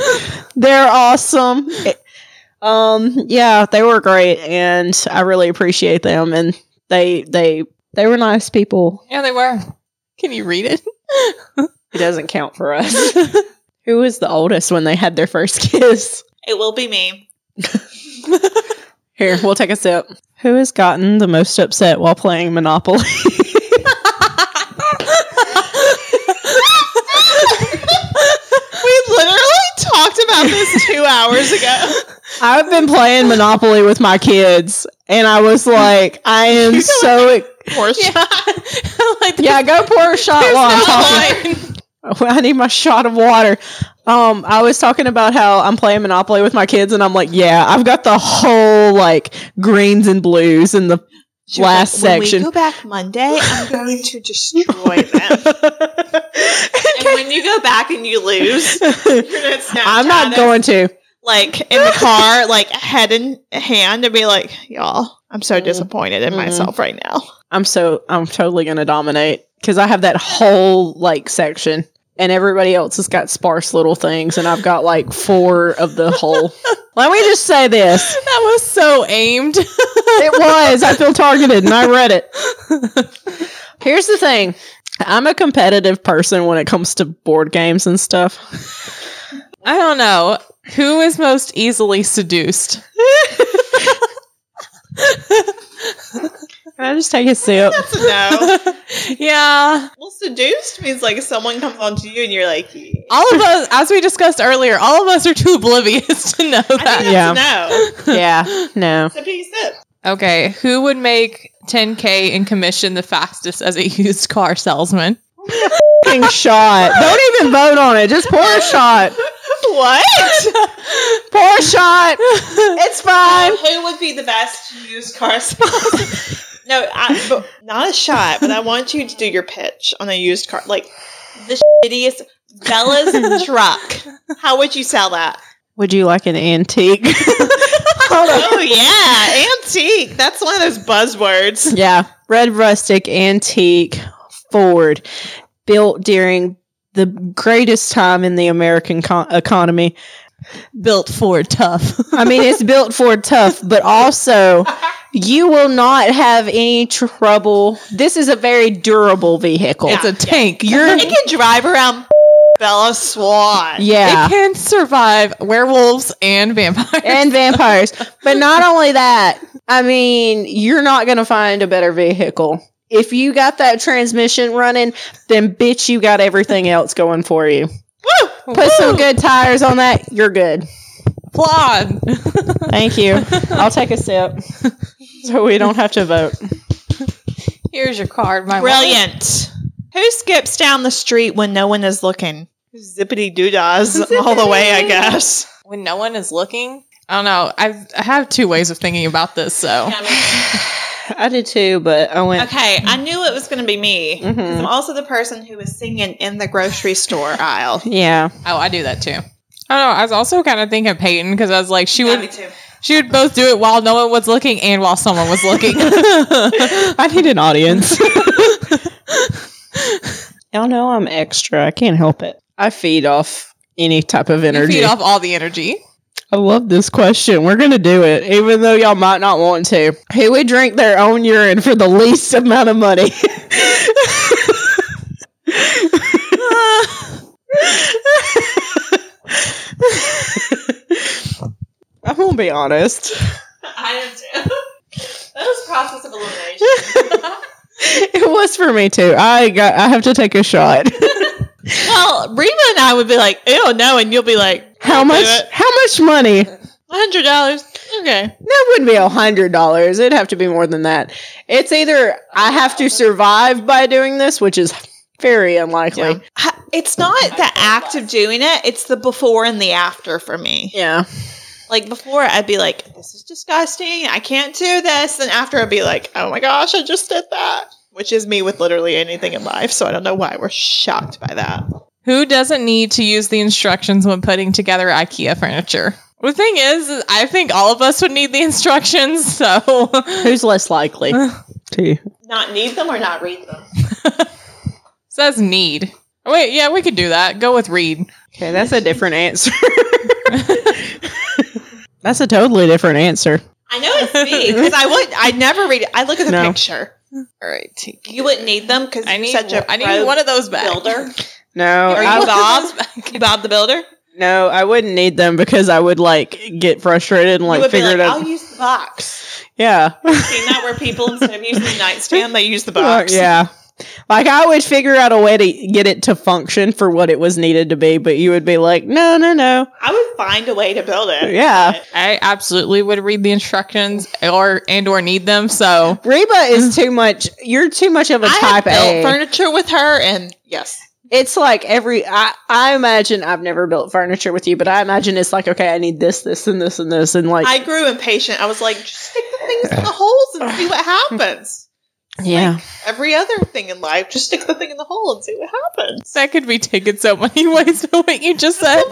Speaker 3: They're awesome. Um, yeah, they were great, and I really appreciate them. And they they they were nice people.
Speaker 4: Yeah, they were. Can you read it?
Speaker 3: It doesn't count for us. Who was the oldest when they had their first kiss?
Speaker 2: it will be me.
Speaker 3: Here, we'll take a sip. Who has gotten the most upset while playing Monopoly?
Speaker 2: We literally talked about this two hours ago.
Speaker 3: I've been playing Monopoly with my kids, and I was like, I am so.
Speaker 2: Porsche.
Speaker 4: like,
Speaker 3: yeah, go pour a shot while I'm
Speaker 4: there's no
Speaker 3: talking.
Speaker 4: line.
Speaker 3: Well, I need my shot of water. Um, I was talking about how I'm playing Monopoly with my kids, and I'm like, yeah, I've got the whole like greens and blues and the
Speaker 2: She was
Speaker 3: Last
Speaker 2: like,
Speaker 3: section.
Speaker 2: When we go back Monday, I'm going to destroy them. and when you go back and you lose, you're gonna Snapchat
Speaker 3: I'm not
Speaker 2: us,
Speaker 3: going to.
Speaker 2: like in the car, like head in hand, and be like, y'all, I'm so disappointed in
Speaker 3: Mhm.
Speaker 2: myself right now.
Speaker 3: I'm so I'm totally gonna dominate because I have that whole like section, and everybody else has got sparse little things, and I've got like four of the whole. Let me just say this:
Speaker 4: That was so aimed.
Speaker 3: it was I feel targeted, and I read it. Here's the thing: I'm a competitive person when it comes to board games and stuff.
Speaker 4: I don't know. Who is most easily seduced?
Speaker 3: Can I just take a sip?
Speaker 2: That's a no.
Speaker 4: yeah.
Speaker 2: well, seduced means like someone comes onto you and you're like, yeah.
Speaker 4: All of us, as we discussed earlier, all of us are too oblivious to know
Speaker 2: I think
Speaker 4: that.
Speaker 2: that's a
Speaker 3: Yeah.
Speaker 2: no.
Speaker 3: yeah, no.
Speaker 2: It's a piece of.
Speaker 4: Okay, who would make 10K in commission the fastest as a used car salesman?
Speaker 3: Fucking shot. Don't even vote on it. Just pour a shot.
Speaker 2: What?
Speaker 3: Pour a shot. It's fine.
Speaker 2: Who would be the best used car salesman? no, I, but not a shot, but I want you to do your pitch on a used car. Like, the shittiest Bella's truck. How would you sell that?
Speaker 3: Would you like an antique?
Speaker 2: Oh, yeah. Antique. That's one of those buzzwords.
Speaker 3: Yeah, red rustic antique Ford, built during the greatest time in the American co- economy.
Speaker 4: Built Ford tough.
Speaker 3: I mean, it's built for tough, but also you will not have any trouble. This is a very durable vehicle.
Speaker 4: it's a tank. You're
Speaker 2: It can drive around Bella Swan.
Speaker 3: yeah.
Speaker 4: it can survive werewolves and vampires.
Speaker 3: and vampires. But not only that, I mean, you're not going to find a better vehicle. If you got that transmission running, then bitch, you got everything else going for you. Put some good tires on that, you're good.
Speaker 4: Applaud.
Speaker 3: Thank you. I'll take a sip so we don't have to vote.
Speaker 4: Here's your card, my
Speaker 2: Brilliant. Who skips down the street when no one is looking? Zippity doodahs all the way, I guess.
Speaker 4: love. When no one is looking, I don't know. I've, I have two ways of thinking about this, so.
Speaker 3: I did too, but I went.
Speaker 2: Okay, I knew it was going to be me. 'cause I'm
Speaker 3: Mhm.
Speaker 2: also the person who is singing in the grocery store aisle.
Speaker 3: Yeah.
Speaker 4: Oh, I do that too. I don't know. I was also kind of thinking Peyton because I was like, she would,
Speaker 2: too.
Speaker 4: she would both do it while no one was looking and while someone was looking.
Speaker 3: I need an audience. Y'all know I'm extra. I can't help it. I feed off any type of
Speaker 4: You
Speaker 3: energy.
Speaker 4: feed off all the energy.
Speaker 3: I love this question. We're going to do it, even though y'all might not want to. Who would drink their own urine for the least amount of money? I'm gonna be honest.
Speaker 1: I am too. That was process of elimination.
Speaker 3: It was for me too. I got. I have to take a shot.
Speaker 2: Well, Reba and I would be like, ew, no, and you'll be like,
Speaker 3: How much? How much money?
Speaker 2: Hundred dollars. Okay.
Speaker 3: That wouldn't be a hundred dollars. It'd have to be more than that. It's either I have to survive by doing this, which is very unlikely. Yeah.
Speaker 2: Ha- It's not the act of doing it; it's the before and the after for me. Like before, I'd be like, "This is disgusting. I can't do this," and after, I'd be like, "Oh my gosh, I just did that," which is me with literally anything in life. So I don't know why we're shocked by that.
Speaker 4: Who doesn't need to use the instructions when putting together IKEA furniture? The thing is, is I think all of us would need the instructions, so
Speaker 3: Who's less likely? Uh, to
Speaker 2: Not need them or not read them.
Speaker 4: says need. Wait, yeah, we could do that. Go with read.
Speaker 3: Okay, that's a different answer. that's a totally different answer.
Speaker 2: I know it's me because I would. I never read it. I look at the
Speaker 3: No.
Speaker 2: picture.
Speaker 4: All right, take
Speaker 2: You wouldn't need them because
Speaker 4: I need
Speaker 2: such a
Speaker 4: I need
Speaker 2: pro
Speaker 4: one of those back.
Speaker 2: builder.
Speaker 3: No,
Speaker 2: Are
Speaker 3: Oh, I,
Speaker 2: you Bob? Bob the builder?
Speaker 3: no, I wouldn't need them because I would like get frustrated and
Speaker 2: you
Speaker 3: like
Speaker 2: would be
Speaker 3: figure
Speaker 2: like,
Speaker 3: it out.
Speaker 2: I'll use the box.
Speaker 3: yeah.
Speaker 2: Seen that where people instead of using the nightstand, they use the box.
Speaker 3: Yeah. Like I would figure out a way to get it to function for what it was needed to be, but you would be like, no, no, no.
Speaker 2: I would find a way to build it.
Speaker 3: Yeah.
Speaker 4: I absolutely would read the instructions or and or need them. So
Speaker 3: Reba is too much. You're too much of a
Speaker 2: I have
Speaker 3: type
Speaker 2: built
Speaker 3: A.
Speaker 2: furniture with her, and yes,
Speaker 3: it's like every. I, I imagine I've never built furniture with you, but I imagine it's like okay, I need this, this, and this, and this, and like
Speaker 2: I grew impatient. I was like, just stick the things in the holes and see what happens.
Speaker 3: yeah,
Speaker 2: Every other thing in life, just stick the thing in the hole and see what happens.
Speaker 4: that could be taken so many ways. But what you just said,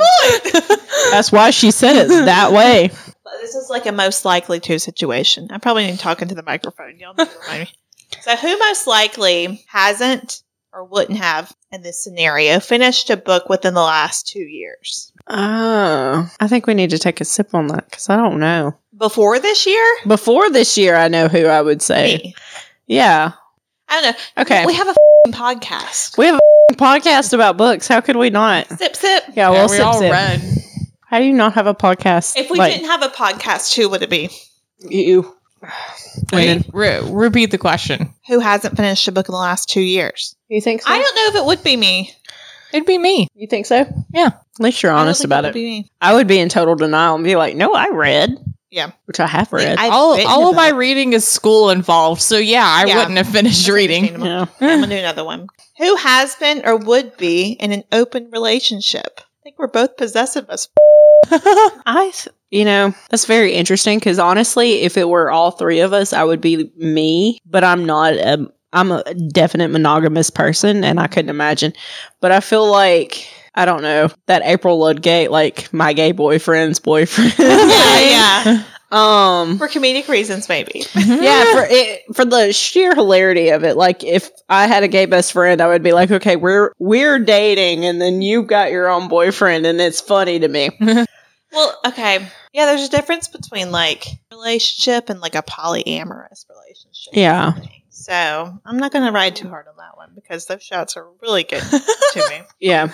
Speaker 3: that's why she said it that way.
Speaker 2: But This is like a most likely to situation. I probably need to talk into the microphone. Y'all need to remind me. So, who most likely hasn't or wouldn't have in this scenario finished a book within the last two years?
Speaker 3: Oh,
Speaker 2: Ah.
Speaker 3: I think we need to take a sip on that because I don't know.
Speaker 2: Before this year?
Speaker 3: Before this year, I know who I would say.
Speaker 2: Me.
Speaker 3: Yeah.
Speaker 2: I don't know.
Speaker 3: Okay.
Speaker 2: We have a fing podcast.
Speaker 3: We have a podcast about books. How could we not?
Speaker 2: Sip, sip.
Speaker 3: Yeah,
Speaker 4: Yeah,
Speaker 3: well,
Speaker 4: we
Speaker 3: sip,
Speaker 4: all
Speaker 3: sip.
Speaker 4: read.
Speaker 3: How do you not have a podcast?
Speaker 2: If we
Speaker 3: like,
Speaker 2: didn't have a podcast, who would it be?
Speaker 3: you,
Speaker 4: Wait, re- repeat the question.
Speaker 2: Who hasn't finished a book in the last two years?
Speaker 3: you think so?
Speaker 2: I don't know if it would be me.
Speaker 4: It'd be me.
Speaker 3: you think so?
Speaker 4: Yeah.
Speaker 3: At least you're
Speaker 2: I don't
Speaker 3: honest
Speaker 2: think
Speaker 3: about
Speaker 2: would
Speaker 3: it.
Speaker 2: Be me.
Speaker 3: I would be in total denial and be like, "No, I read."
Speaker 2: Yeah.
Speaker 3: which I have read.
Speaker 2: I've
Speaker 4: all
Speaker 2: written
Speaker 4: all of my
Speaker 2: about-
Speaker 4: reading is school involved, so yeah, I
Speaker 2: Yeah.
Speaker 4: wouldn't have finished reading.
Speaker 3: yeah.
Speaker 2: I'm gonna do another one. Who has been or would be in an open relationship? I think we're both possessive as f-
Speaker 3: I, th- you know, that's very interesting because honestly, if it were all three of us, I would be me, but I'm not. A, I'm a definite monogamous person, and I couldn't imagine. But I feel like I don't know that April Ludgate, like my gay boyfriend's boyfriend.
Speaker 2: yeah, yeah.
Speaker 3: Um.
Speaker 2: For comedic reasons, maybe.
Speaker 3: yeah, for it, for the sheer hilarity of it, like if I had a gay best friend, I would be like, okay, we're we're dating, and then you've got your own boyfriend, and it's funny to me.
Speaker 2: Well, okay. Yeah, there's a difference between like relationship and like a polyamorous relationship.
Speaker 3: Yeah.
Speaker 2: So I'm not gonna ride too hard on that one because those shots are really good to me.
Speaker 3: Yeah,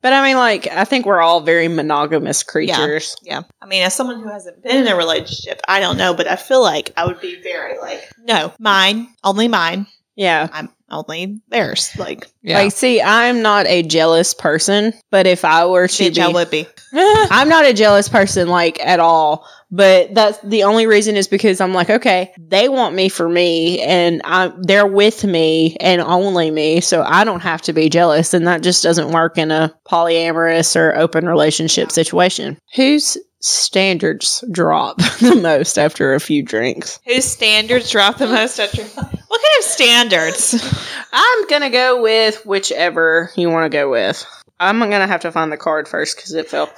Speaker 3: but I mean, like, I think we're all very monogamous creatures.
Speaker 2: Yeah. I mean, as someone who hasn't been in a relationship, I don't know, but I feel like I would be very like, no, mine, only mine.
Speaker 3: Yeah.
Speaker 2: I'm only theirs. Like,
Speaker 4: Yeah.
Speaker 3: Like, see, I'm not a jealous person, but if I were to
Speaker 2: bitch,
Speaker 3: be,
Speaker 2: I would be.
Speaker 3: I'm not a jealous person, like at all. But that's the only reason is because I'm like, okay, they want me for me, and I, they're with me and only me, so I don't have to be jealous, and that just doesn't work in a polyamorous or open relationship situation. Whose standards drop the most after a few drinks?
Speaker 2: Whose standards drop the most at your. What kind of standards?
Speaker 3: I'm gonna go with whichever you want to go with. I'm gonna have to find the card first because it fell.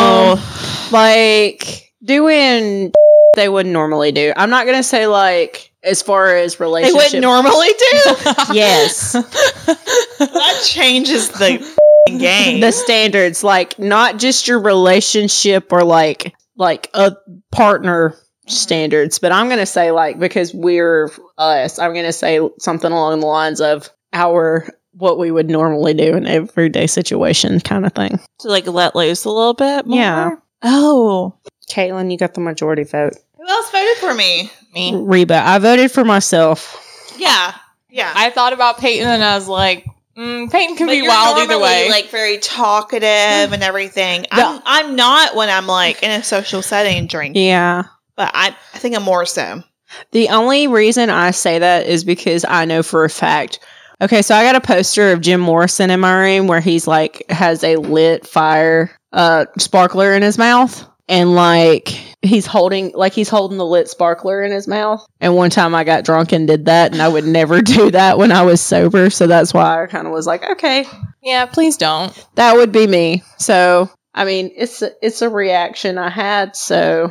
Speaker 4: Oh.
Speaker 3: like doing they wouldn't normally do. I'm not gonna say like as far as
Speaker 2: They
Speaker 3: relationship.
Speaker 2: wouldn't normally do.
Speaker 3: yes,
Speaker 2: that changes the f***ing game.
Speaker 3: the standards like not just your relationship or like like a partner standards, but I'm gonna say like because we're us. I'm gonna say something along the lines of our what we would normally do in everyday situation kind of thing.
Speaker 2: to like let loose a little bit. More.
Speaker 3: Yeah.
Speaker 2: Oh,
Speaker 3: Caitlin, you got the majority vote.
Speaker 2: who else voted for me? Me.
Speaker 3: Reba, I voted for myself.
Speaker 2: Yeah. Yeah.
Speaker 4: I thought about Peyton and I was like,
Speaker 1: Mm, Peyton can
Speaker 2: But
Speaker 1: be
Speaker 2: you're
Speaker 1: wild either
Speaker 2: normally,
Speaker 1: way.
Speaker 2: Like very talkative and everything. I'm, I'm not when I'm like in a social setting drinking,
Speaker 3: Yeah.
Speaker 2: but I, I think I'm more so.
Speaker 3: The only reason I say that is because I know for a fact. Okay, so I got a poster of Jim Morrison in my room where he's like has a lit fire uh sparkler in his mouth and like he's holding like he's holding the lit sparkler in his mouth. And one time I got drunk and did that and I would never do that when I was sober, so that's why I kind of was like, okay,
Speaker 4: yeah, please don't.
Speaker 3: that would be me. So, I mean, it's a, it's a reaction I had, so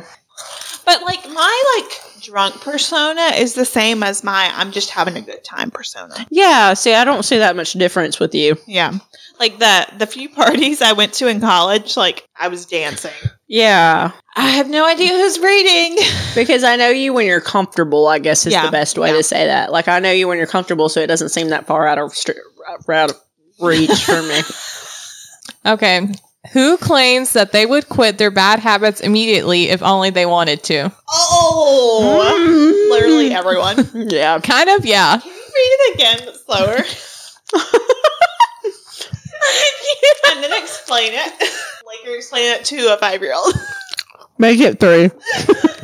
Speaker 2: But like my like drunk persona is the same as my I'm just having a good time persona.
Speaker 3: yeah, see, I don't see that much difference with you.
Speaker 2: Yeah. Like the the few parties I went to in college, like I was dancing.
Speaker 3: Yeah.
Speaker 2: I have no idea who's reading.
Speaker 3: Because I know you when you're comfortable, I guess is
Speaker 2: Yeah.
Speaker 3: the best way
Speaker 2: Yeah.
Speaker 3: to say that. Like I know you when you're comfortable, so it doesn't seem that far out of str- uh, out of reach for me.
Speaker 4: Okay. Who claims that they would quit their bad habits immediately if only they wanted to?
Speaker 2: Oh, literally everyone. Can
Speaker 3: yeah.
Speaker 4: Kind of, yeah.
Speaker 2: you read it again, but slower? and then explain it like you're explaining it to a five year old.
Speaker 3: Make it three.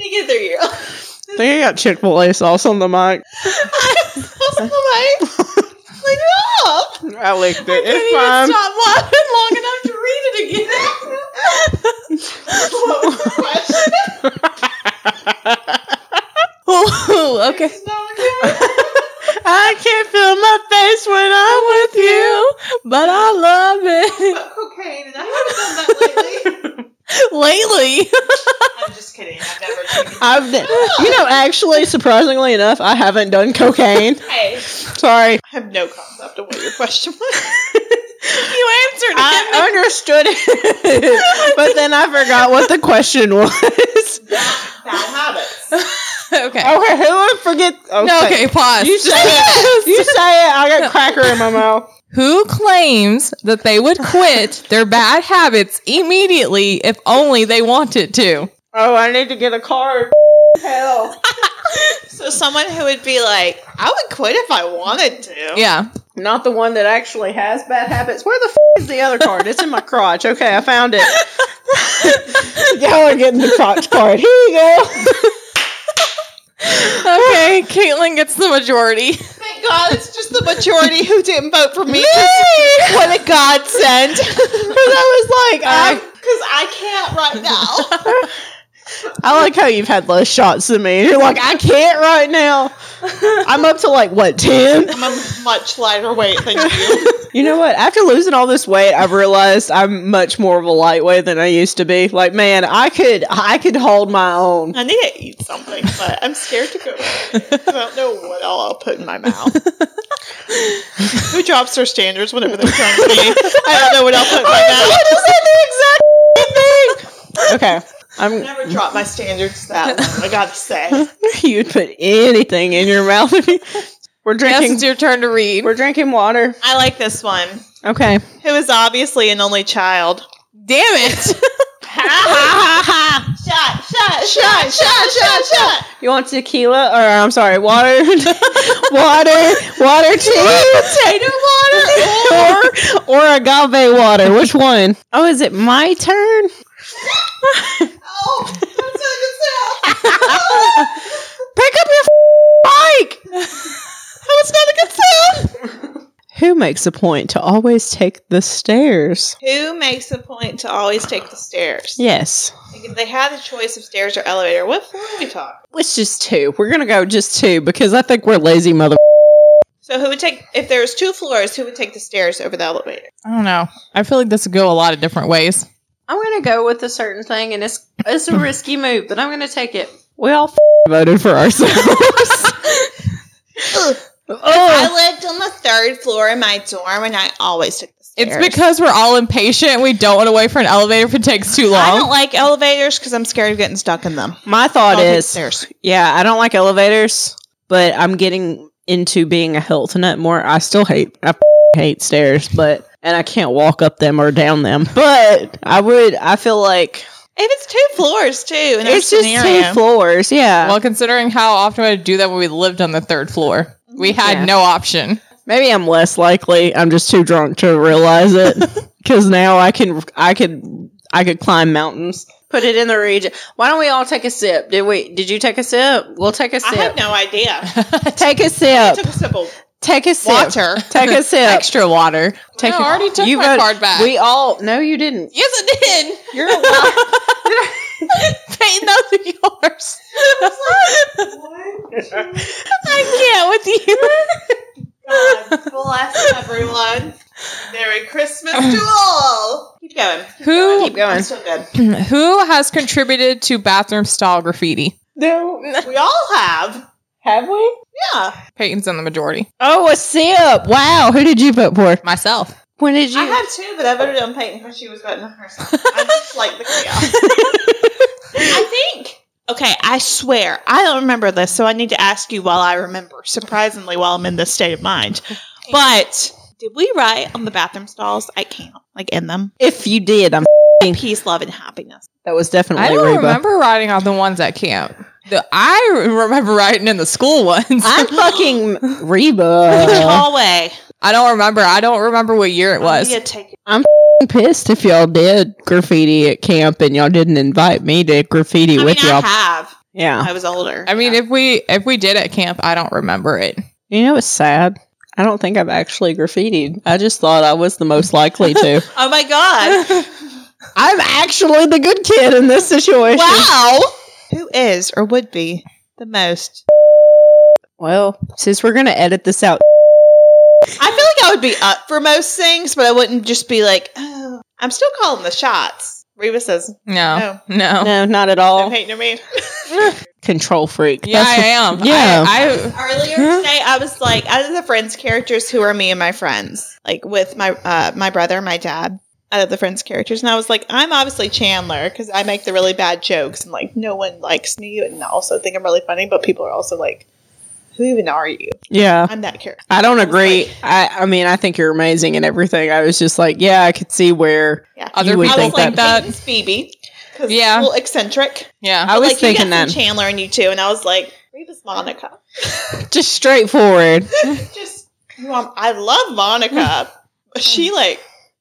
Speaker 2: You get their year old.
Speaker 3: I think I got Chick Fil A sauce on the mic.
Speaker 2: Like, oh,
Speaker 3: I licked it.
Speaker 2: it's fine. Stop laughing long enough to read it again. what was the question?
Speaker 4: Ooh, Oh, okay.
Speaker 3: I can't feel my face when
Speaker 4: You, but I love it.
Speaker 3: I'm with
Speaker 2: About cocaine, and I haven't done that lately.
Speaker 4: Lately.
Speaker 2: I'm just kidding. I've never. taken-
Speaker 3: I've, you know, actually, surprisingly enough, I haven't done cocaine.
Speaker 2: Hey,
Speaker 3: Sorry,
Speaker 2: I have no concept of what your question was.
Speaker 4: You answered
Speaker 3: I understood it, but then I forgot what the question was.
Speaker 2: Bad, bad habits.
Speaker 4: okay.
Speaker 3: Okay, who would forget? Okay.
Speaker 4: No, okay, pause.
Speaker 3: You say it. You say it. I got cracker in my mouth.
Speaker 4: Who claims that they would quit their bad habits immediately if only they wanted to?
Speaker 3: Oh, I need to get a card. Hell.
Speaker 2: So someone who would be like, I would quit if I wanted to.
Speaker 4: Yeah.
Speaker 3: Not the one that actually has bad habits. Where the f is the other card? It's in my crotch. Okay, I found it. Y'all are getting the crotch card. Here you go.
Speaker 4: Okay, Caitlin gets the majority.
Speaker 2: Thank God it's just the majority who didn't vote for me. 'cause What a godsend.
Speaker 3: Because I was like, I,
Speaker 2: Because I can't right now.
Speaker 3: I like how you've had less shots than me. You're like, I can't right now. I'm up to like what ten.
Speaker 2: I'm a much lighter weight than you.
Speaker 3: You know what? After losing all this weight, I've realized I'm much more of a lightweight than I used to be. Like, man, I could I could hold my own.
Speaker 2: I need to eat something, but I'm scared to go. I don't know what all I'll put in my mouth. Who drops their standards whenever they're trying to eat? I don't know what I'll put in
Speaker 3: Oh,
Speaker 2: my mouth.
Speaker 3: Okay.
Speaker 2: I
Speaker 3: I'm
Speaker 2: never drop my standards that low, I gotta say.
Speaker 3: you'd put anything in your mouth. if you- We're
Speaker 4: Yes,
Speaker 3: drinking
Speaker 4: it's your turn to read.
Speaker 3: we're drinking water.
Speaker 2: I like this one.
Speaker 3: Okay.
Speaker 2: Who is obviously an only child.
Speaker 4: Damn it.
Speaker 2: Shot, shot, shot, shot, shot, shot.
Speaker 3: You want tequila or I'm sorry, water water water tea
Speaker 2: Potato water.
Speaker 3: or or agave water. Which one? Oh, is it my turn?
Speaker 2: Oh, that's not good sound.
Speaker 3: Pick up your bike.
Speaker 2: That's not a good sound.
Speaker 3: Who makes a point to always take the stairs?
Speaker 2: Who makes a point to always take the stairs?
Speaker 3: Yes.
Speaker 2: Like, if they had the choice of stairs or elevator, what floor are we talking?
Speaker 3: It's just two. We're gonna go just two because I think we're lazy mother.
Speaker 2: So who would take if there was two floors? Who would take the stairs over the elevator?
Speaker 4: I don't know. I feel like this would go a lot of different ways.
Speaker 3: I'm gonna go with a certain thing, and it's it's a risky move, but I'm gonna take it. We all f- voted for ourselves.
Speaker 2: I
Speaker 3: oh,
Speaker 2: lived on the third floor in my dorm, and I always took the stairs.
Speaker 4: It's because we're all impatient and we don't want to wait for an elevator if it takes too
Speaker 2: I don't
Speaker 4: long.
Speaker 2: like elevators because I'm scared of getting stuck in them.
Speaker 3: my thought
Speaker 2: I'll take
Speaker 3: is,
Speaker 2: stairs.
Speaker 3: yeah, I don't like elevators, but I'm getting into being a health nut more. I still hate I hate stairs, but and I can't walk up them or down them. But I would. I feel like
Speaker 2: If it's two floors too, in our
Speaker 3: it's just
Speaker 2: scenario.
Speaker 3: two floors. Yeah,
Speaker 4: Well, considering how often I do that when we lived on the third floor, we had
Speaker 3: Yeah.
Speaker 4: no option.
Speaker 3: maybe I'm less likely. I'm just too drunk to realize it because now I can. I could. I could climb mountains. Put it in the region. Why don't we all take a sip? Did we? Did you take a sip? We'll take a
Speaker 2: I
Speaker 3: sip.
Speaker 2: have no idea.
Speaker 3: take a
Speaker 2: I
Speaker 3: sip.
Speaker 2: took a sip of
Speaker 3: Take a sip.
Speaker 2: water.
Speaker 3: Take a sip.
Speaker 4: Extra water.
Speaker 3: Take
Speaker 1: No,
Speaker 3: a-
Speaker 1: I already took
Speaker 3: you
Speaker 1: my
Speaker 3: vote-
Speaker 1: card back.
Speaker 3: We all. No, you didn't.
Speaker 1: yes, I did.
Speaker 3: You're a liar.
Speaker 4: Peyton, those are yours. I can't with you.
Speaker 2: God
Speaker 1: bless
Speaker 2: everyone. Merry Christmas to all. Keep going.
Speaker 4: Who
Speaker 2: going. Still good.
Speaker 4: who has contributed to bathroom style graffiti?
Speaker 3: No.
Speaker 2: We all have.
Speaker 3: Have we?
Speaker 2: Yeah.
Speaker 4: Peyton's in the majority.
Speaker 3: Oh, a sip. Wow. Who did you vote for?
Speaker 4: Myself.
Speaker 3: When did you?
Speaker 2: I had two, but I voted on Peyton because she was voting on herself. I just like the chaos. I think. Okay, I swear. I don't remember this, so I need to ask you while I remember, surprisingly, while I'm in this state of mind. But did we write on the bathroom stalls at camp, like in them?
Speaker 3: if you did, I'm.
Speaker 2: Peace, love, and happiness.
Speaker 3: That was definitely
Speaker 4: I don't
Speaker 3: Reba.
Speaker 4: remember riding on the ones at camp. The, I remember riding in the school ones.
Speaker 3: I'm fucking
Speaker 2: Which
Speaker 3: Reba.
Speaker 2: hallway?
Speaker 4: I don't remember. I don't remember what year Uh, it was.
Speaker 2: You take it.
Speaker 3: I'm pissed if y'all did graffiti at camp and y'all didn't invite me to graffiti
Speaker 2: I mean,
Speaker 3: with
Speaker 2: I
Speaker 3: y'all.
Speaker 2: have.
Speaker 3: yeah.
Speaker 2: I was older.
Speaker 4: I mean,
Speaker 2: Yeah.
Speaker 4: if we if we did at camp, I don't remember it.
Speaker 3: You know what's sad? I don't think I've actually graffitied. I just thought I was the most likely to.
Speaker 2: oh my god!
Speaker 3: I'm actually the good kid in this situation.
Speaker 2: wow. Who is or would be the most?
Speaker 3: Well, since we're gonna edit this out,
Speaker 2: I feel like I would be up for most things, but I wouldn't just be like, oh, I'm still calling the shots. Reba says,
Speaker 4: No,
Speaker 2: "No,
Speaker 4: no.
Speaker 3: no, not at
Speaker 2: I'm
Speaker 3: all.
Speaker 2: hating on me."
Speaker 3: Control freak.
Speaker 4: Yeah, I
Speaker 3: That's
Speaker 4: am.
Speaker 3: yeah.
Speaker 4: I,
Speaker 2: Earlier
Speaker 4: Huh?
Speaker 2: today, I was like, out of the friends characters, who are me and my friends? Like with my uh, my brother, my dad. Out of the friends characters, and I was like, I'm obviously Chandler because I make the really bad jokes, and like no one likes me, and also think I'm really funny, but people are also like, who even are you?
Speaker 3: yeah.
Speaker 2: I'm that character.
Speaker 3: I don't
Speaker 2: I was
Speaker 3: agree.
Speaker 2: like-
Speaker 3: I, I mean, I think you're amazing and everything. I was just like, yeah, I could see where
Speaker 2: Yeah.
Speaker 4: Other
Speaker 3: you would
Speaker 2: I
Speaker 4: people
Speaker 2: was
Speaker 3: think
Speaker 2: like,
Speaker 3: that.
Speaker 4: that.
Speaker 2: Peyton's Phoebe. 'cause
Speaker 4: Yeah.
Speaker 2: A little eccentric.
Speaker 4: yeah.
Speaker 3: I was
Speaker 2: like,
Speaker 3: thinking
Speaker 2: you got some
Speaker 3: that.
Speaker 2: Chandler and you too. And I was like, Reba's Monica.
Speaker 3: Just straightforward.
Speaker 2: Just, you know, I love Monica. she, like,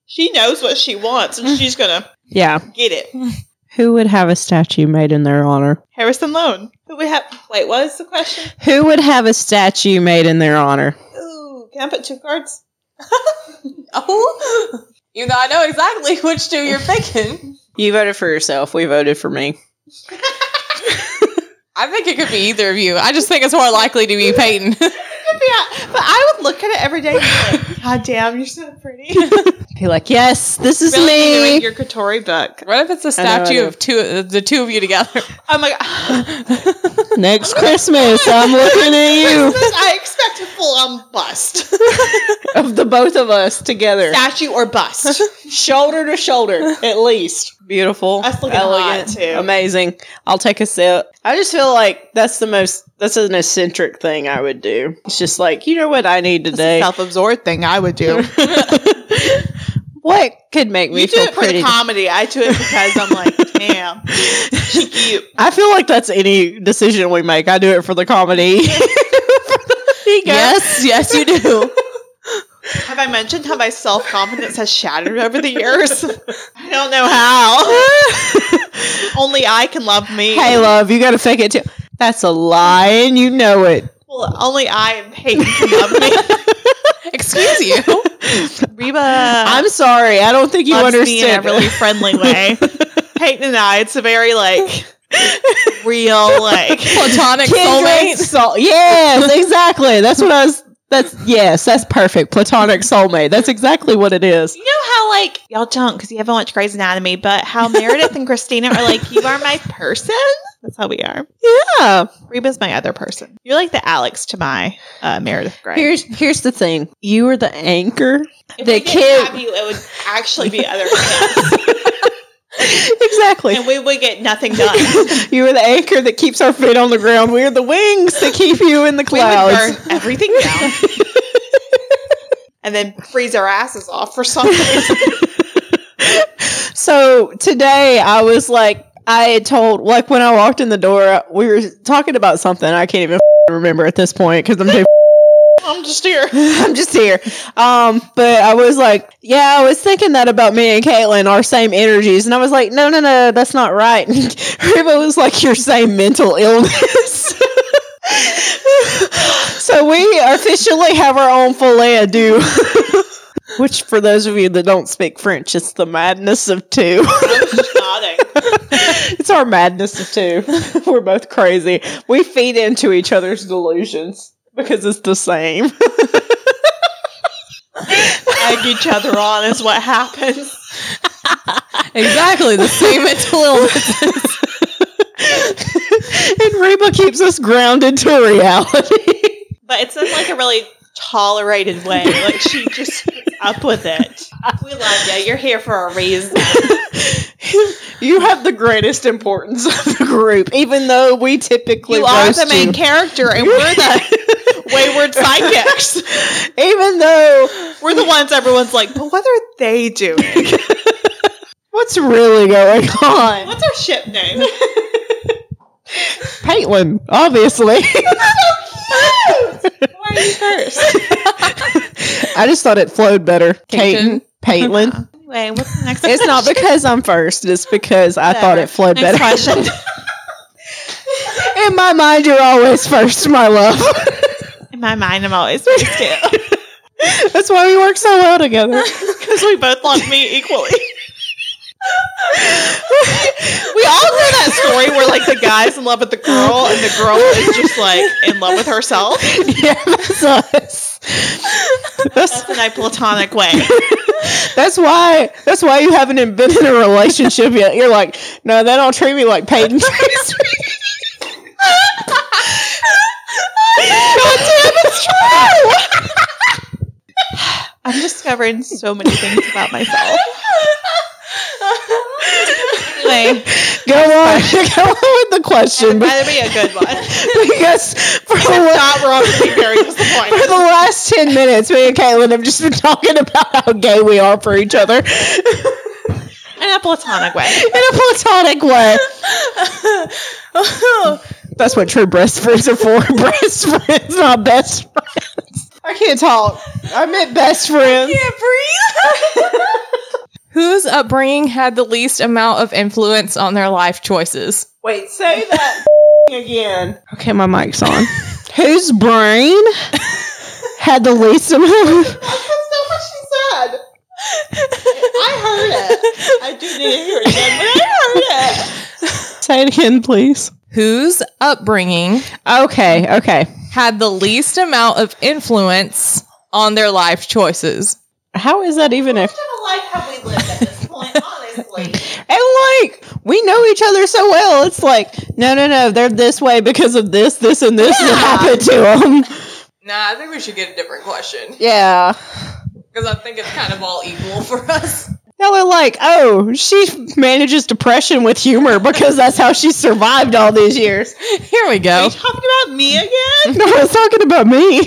Speaker 2: she knows what she wants and she's going to
Speaker 3: Yeah.
Speaker 2: get it.
Speaker 3: Who would have a statue made in their honor?
Speaker 2: Harrison Lone. Who we have? Wait, what is the question?
Speaker 3: Who would have a statue made in their honor?
Speaker 2: Ooh, can I put two cards?
Speaker 4: Oh, even though I know exactly which two you're picking.
Speaker 3: You voted for yourself. We voted for me.
Speaker 4: I think it could be either of you. I just think it's more likely to be Peyton.
Speaker 2: Yeah, but I would look at it every day and be like, God damn, you're so pretty.
Speaker 3: Be like, yes, this is
Speaker 2: Really doing
Speaker 3: me.
Speaker 2: your Katori book.
Speaker 4: what if it's a
Speaker 3: know, I
Speaker 4: statue
Speaker 3: know.
Speaker 4: of two of the two of you together?
Speaker 2: Oh my God.
Speaker 3: Next Christmas, I'm looking at you.
Speaker 2: Christmas, I expect a full on bust.
Speaker 3: Of the both of us together.
Speaker 2: Statue or bust.
Speaker 3: shoulder to shoulder, at least. Beautiful,
Speaker 2: That's looking hot, too.
Speaker 3: amazing. I'll take a sip. I just feel like that's the most. That's an eccentric thing I would do. It's just like you know what I need today.
Speaker 2: self-absorbed thing I would do.
Speaker 3: what could make me
Speaker 2: you do
Speaker 3: feel
Speaker 2: it for the
Speaker 3: pretty?
Speaker 2: comedy. I do it because I'm like, damn, she cute.
Speaker 3: I feel like that's any decision we make. I do it for the comedy.
Speaker 4: yes, yes, you do.
Speaker 2: Have I mentioned how my self-confidence has shattered over the years? I don't know how. Only I can love me.
Speaker 3: hey, love, you got to fake it too. That's a lie, and you know it.
Speaker 2: Well, only I and Peyton can love me.
Speaker 4: Excuse you.
Speaker 2: Reba,
Speaker 3: I'm sorry. I don't think you
Speaker 2: loves me in a
Speaker 3: understand.
Speaker 2: really friendly way. Peyton and I, it's a very like real like.
Speaker 4: Platonic
Speaker 3: Kindred
Speaker 4: soulmate.
Speaker 3: soul. Yes, exactly. That's what I was. That's yes. That's perfect. Platonic soulmate. That's exactly what it is.
Speaker 2: You know how like y'all don't because you haven't watched Grey's Anatomy, but how Meredith and Christina are like, you are my person. That's how we are.
Speaker 3: Yeah.
Speaker 2: Reba's my other person. You're like the Alex to my uh, Meredith Grey.
Speaker 3: Here's here's the thing. You are the anchor.
Speaker 2: if
Speaker 3: the
Speaker 2: we didn't
Speaker 3: kid-
Speaker 2: have you, it would actually be other.
Speaker 3: exactly.
Speaker 2: and we would get nothing done.
Speaker 3: You are the anchor that keeps our feet on the ground. We are the wings that keep you in the
Speaker 1: We would
Speaker 3: clouds.
Speaker 1: burn everything down. and then freeze our asses off for some reason.
Speaker 3: So today I was like, I had told, like when I walked in the door, we were talking about something. I can't even f***ing remember at this point because I'm too
Speaker 1: I'm just here.
Speaker 3: I'm just here. Um, but I was like, yeah, I was thinking that about me and Caitlin, our same energies. And I was like, no, no, no, that's not right. Reba was like, your same mental illness. so we officially have our own filet do. Which, for those of you that don't speak French, it's the madness of two.
Speaker 2: I'm just nodding.
Speaker 3: it's our madness of two. We're both crazy. We feed into each other's delusions because it's the same.
Speaker 2: Egg each other on is what happens.
Speaker 4: Exactly the same mental illness.
Speaker 3: and Reba keeps us grounded to reality.
Speaker 2: But it's in like a really tolerated way. Like she just puts up with it. We love you. You're here for a reason.
Speaker 3: you have the greatest importance of the group, even though we typically
Speaker 2: You are
Speaker 3: roast
Speaker 2: the main
Speaker 3: you.
Speaker 2: character, and we're the wayward sidekicks.
Speaker 3: Even though
Speaker 2: We're the ones everyone's like, but what are they doing?
Speaker 3: what's really going on?
Speaker 2: What's our ship name?
Speaker 3: Caitlin, obviously.
Speaker 2: Why are you first?
Speaker 3: I just thought it flowed better. Caitlin,
Speaker 4: Caitlin.
Speaker 3: Caitlin.
Speaker 2: Anyway, what's the next
Speaker 3: It's not because I'm first. It's because I thought it flowed
Speaker 2: Next
Speaker 3: better.
Speaker 2: question.
Speaker 3: In my mind, you're always first, my love.
Speaker 2: In my mind, I'm always first too.
Speaker 3: That's why we work so well together.
Speaker 2: Because we both love me equally.
Speaker 1: We all know that
Speaker 2: That story where like the guy's in love with the girl and the girl is just like in love with herself.
Speaker 3: yeah, that's us. That's,
Speaker 2: That's in a platonic way.
Speaker 3: that's why that's why you haven't been in a relationship yet. You're like, no, they don't treat me like Peyton treats me. God damn, it's true.
Speaker 2: I'm discovering so many things about myself. Anyway,
Speaker 3: Go on, go on with the question.
Speaker 2: that'd be a good one.
Speaker 3: Because for the,
Speaker 1: thought we're all going to be very disappointed.
Speaker 3: for the last ten minutes, me and Caitlin have just been talking about how gay we are for each other
Speaker 2: In a platonic way.
Speaker 3: in a platonic way.
Speaker 1: oh,
Speaker 3: That's what true best friends are for. best friends, not best friends. I can't talk. I meant best friends.
Speaker 4: Whose upbringing had the least amount of influence on their life choices?
Speaker 1: wait, say that.
Speaker 3: Again. Okay, my mic's on. Whose brain had the least amount?
Speaker 1: That's not what she said. I heard it. I do need to hear it again, but I heard it.
Speaker 3: Say it again, please.
Speaker 4: Whose upbringing
Speaker 3: Okay, okay.
Speaker 4: had the least amount of influence on their life choices?
Speaker 3: How is that even if?
Speaker 1: What kind of life have we lived at this point, honestly?
Speaker 3: And like we know each other so well, it's like no, no, no. They're this way because of this, this, and this that happened to them.
Speaker 1: Nah, I think we should get a different question
Speaker 3: Yeah.
Speaker 1: because I think it's kind of all equal for us.
Speaker 3: Now they're like, oh, she manages depression with humor because that's how she survived all these years.
Speaker 4: Here we
Speaker 2: Are
Speaker 4: go.
Speaker 2: you talking about me again?
Speaker 3: No, I was talking about me.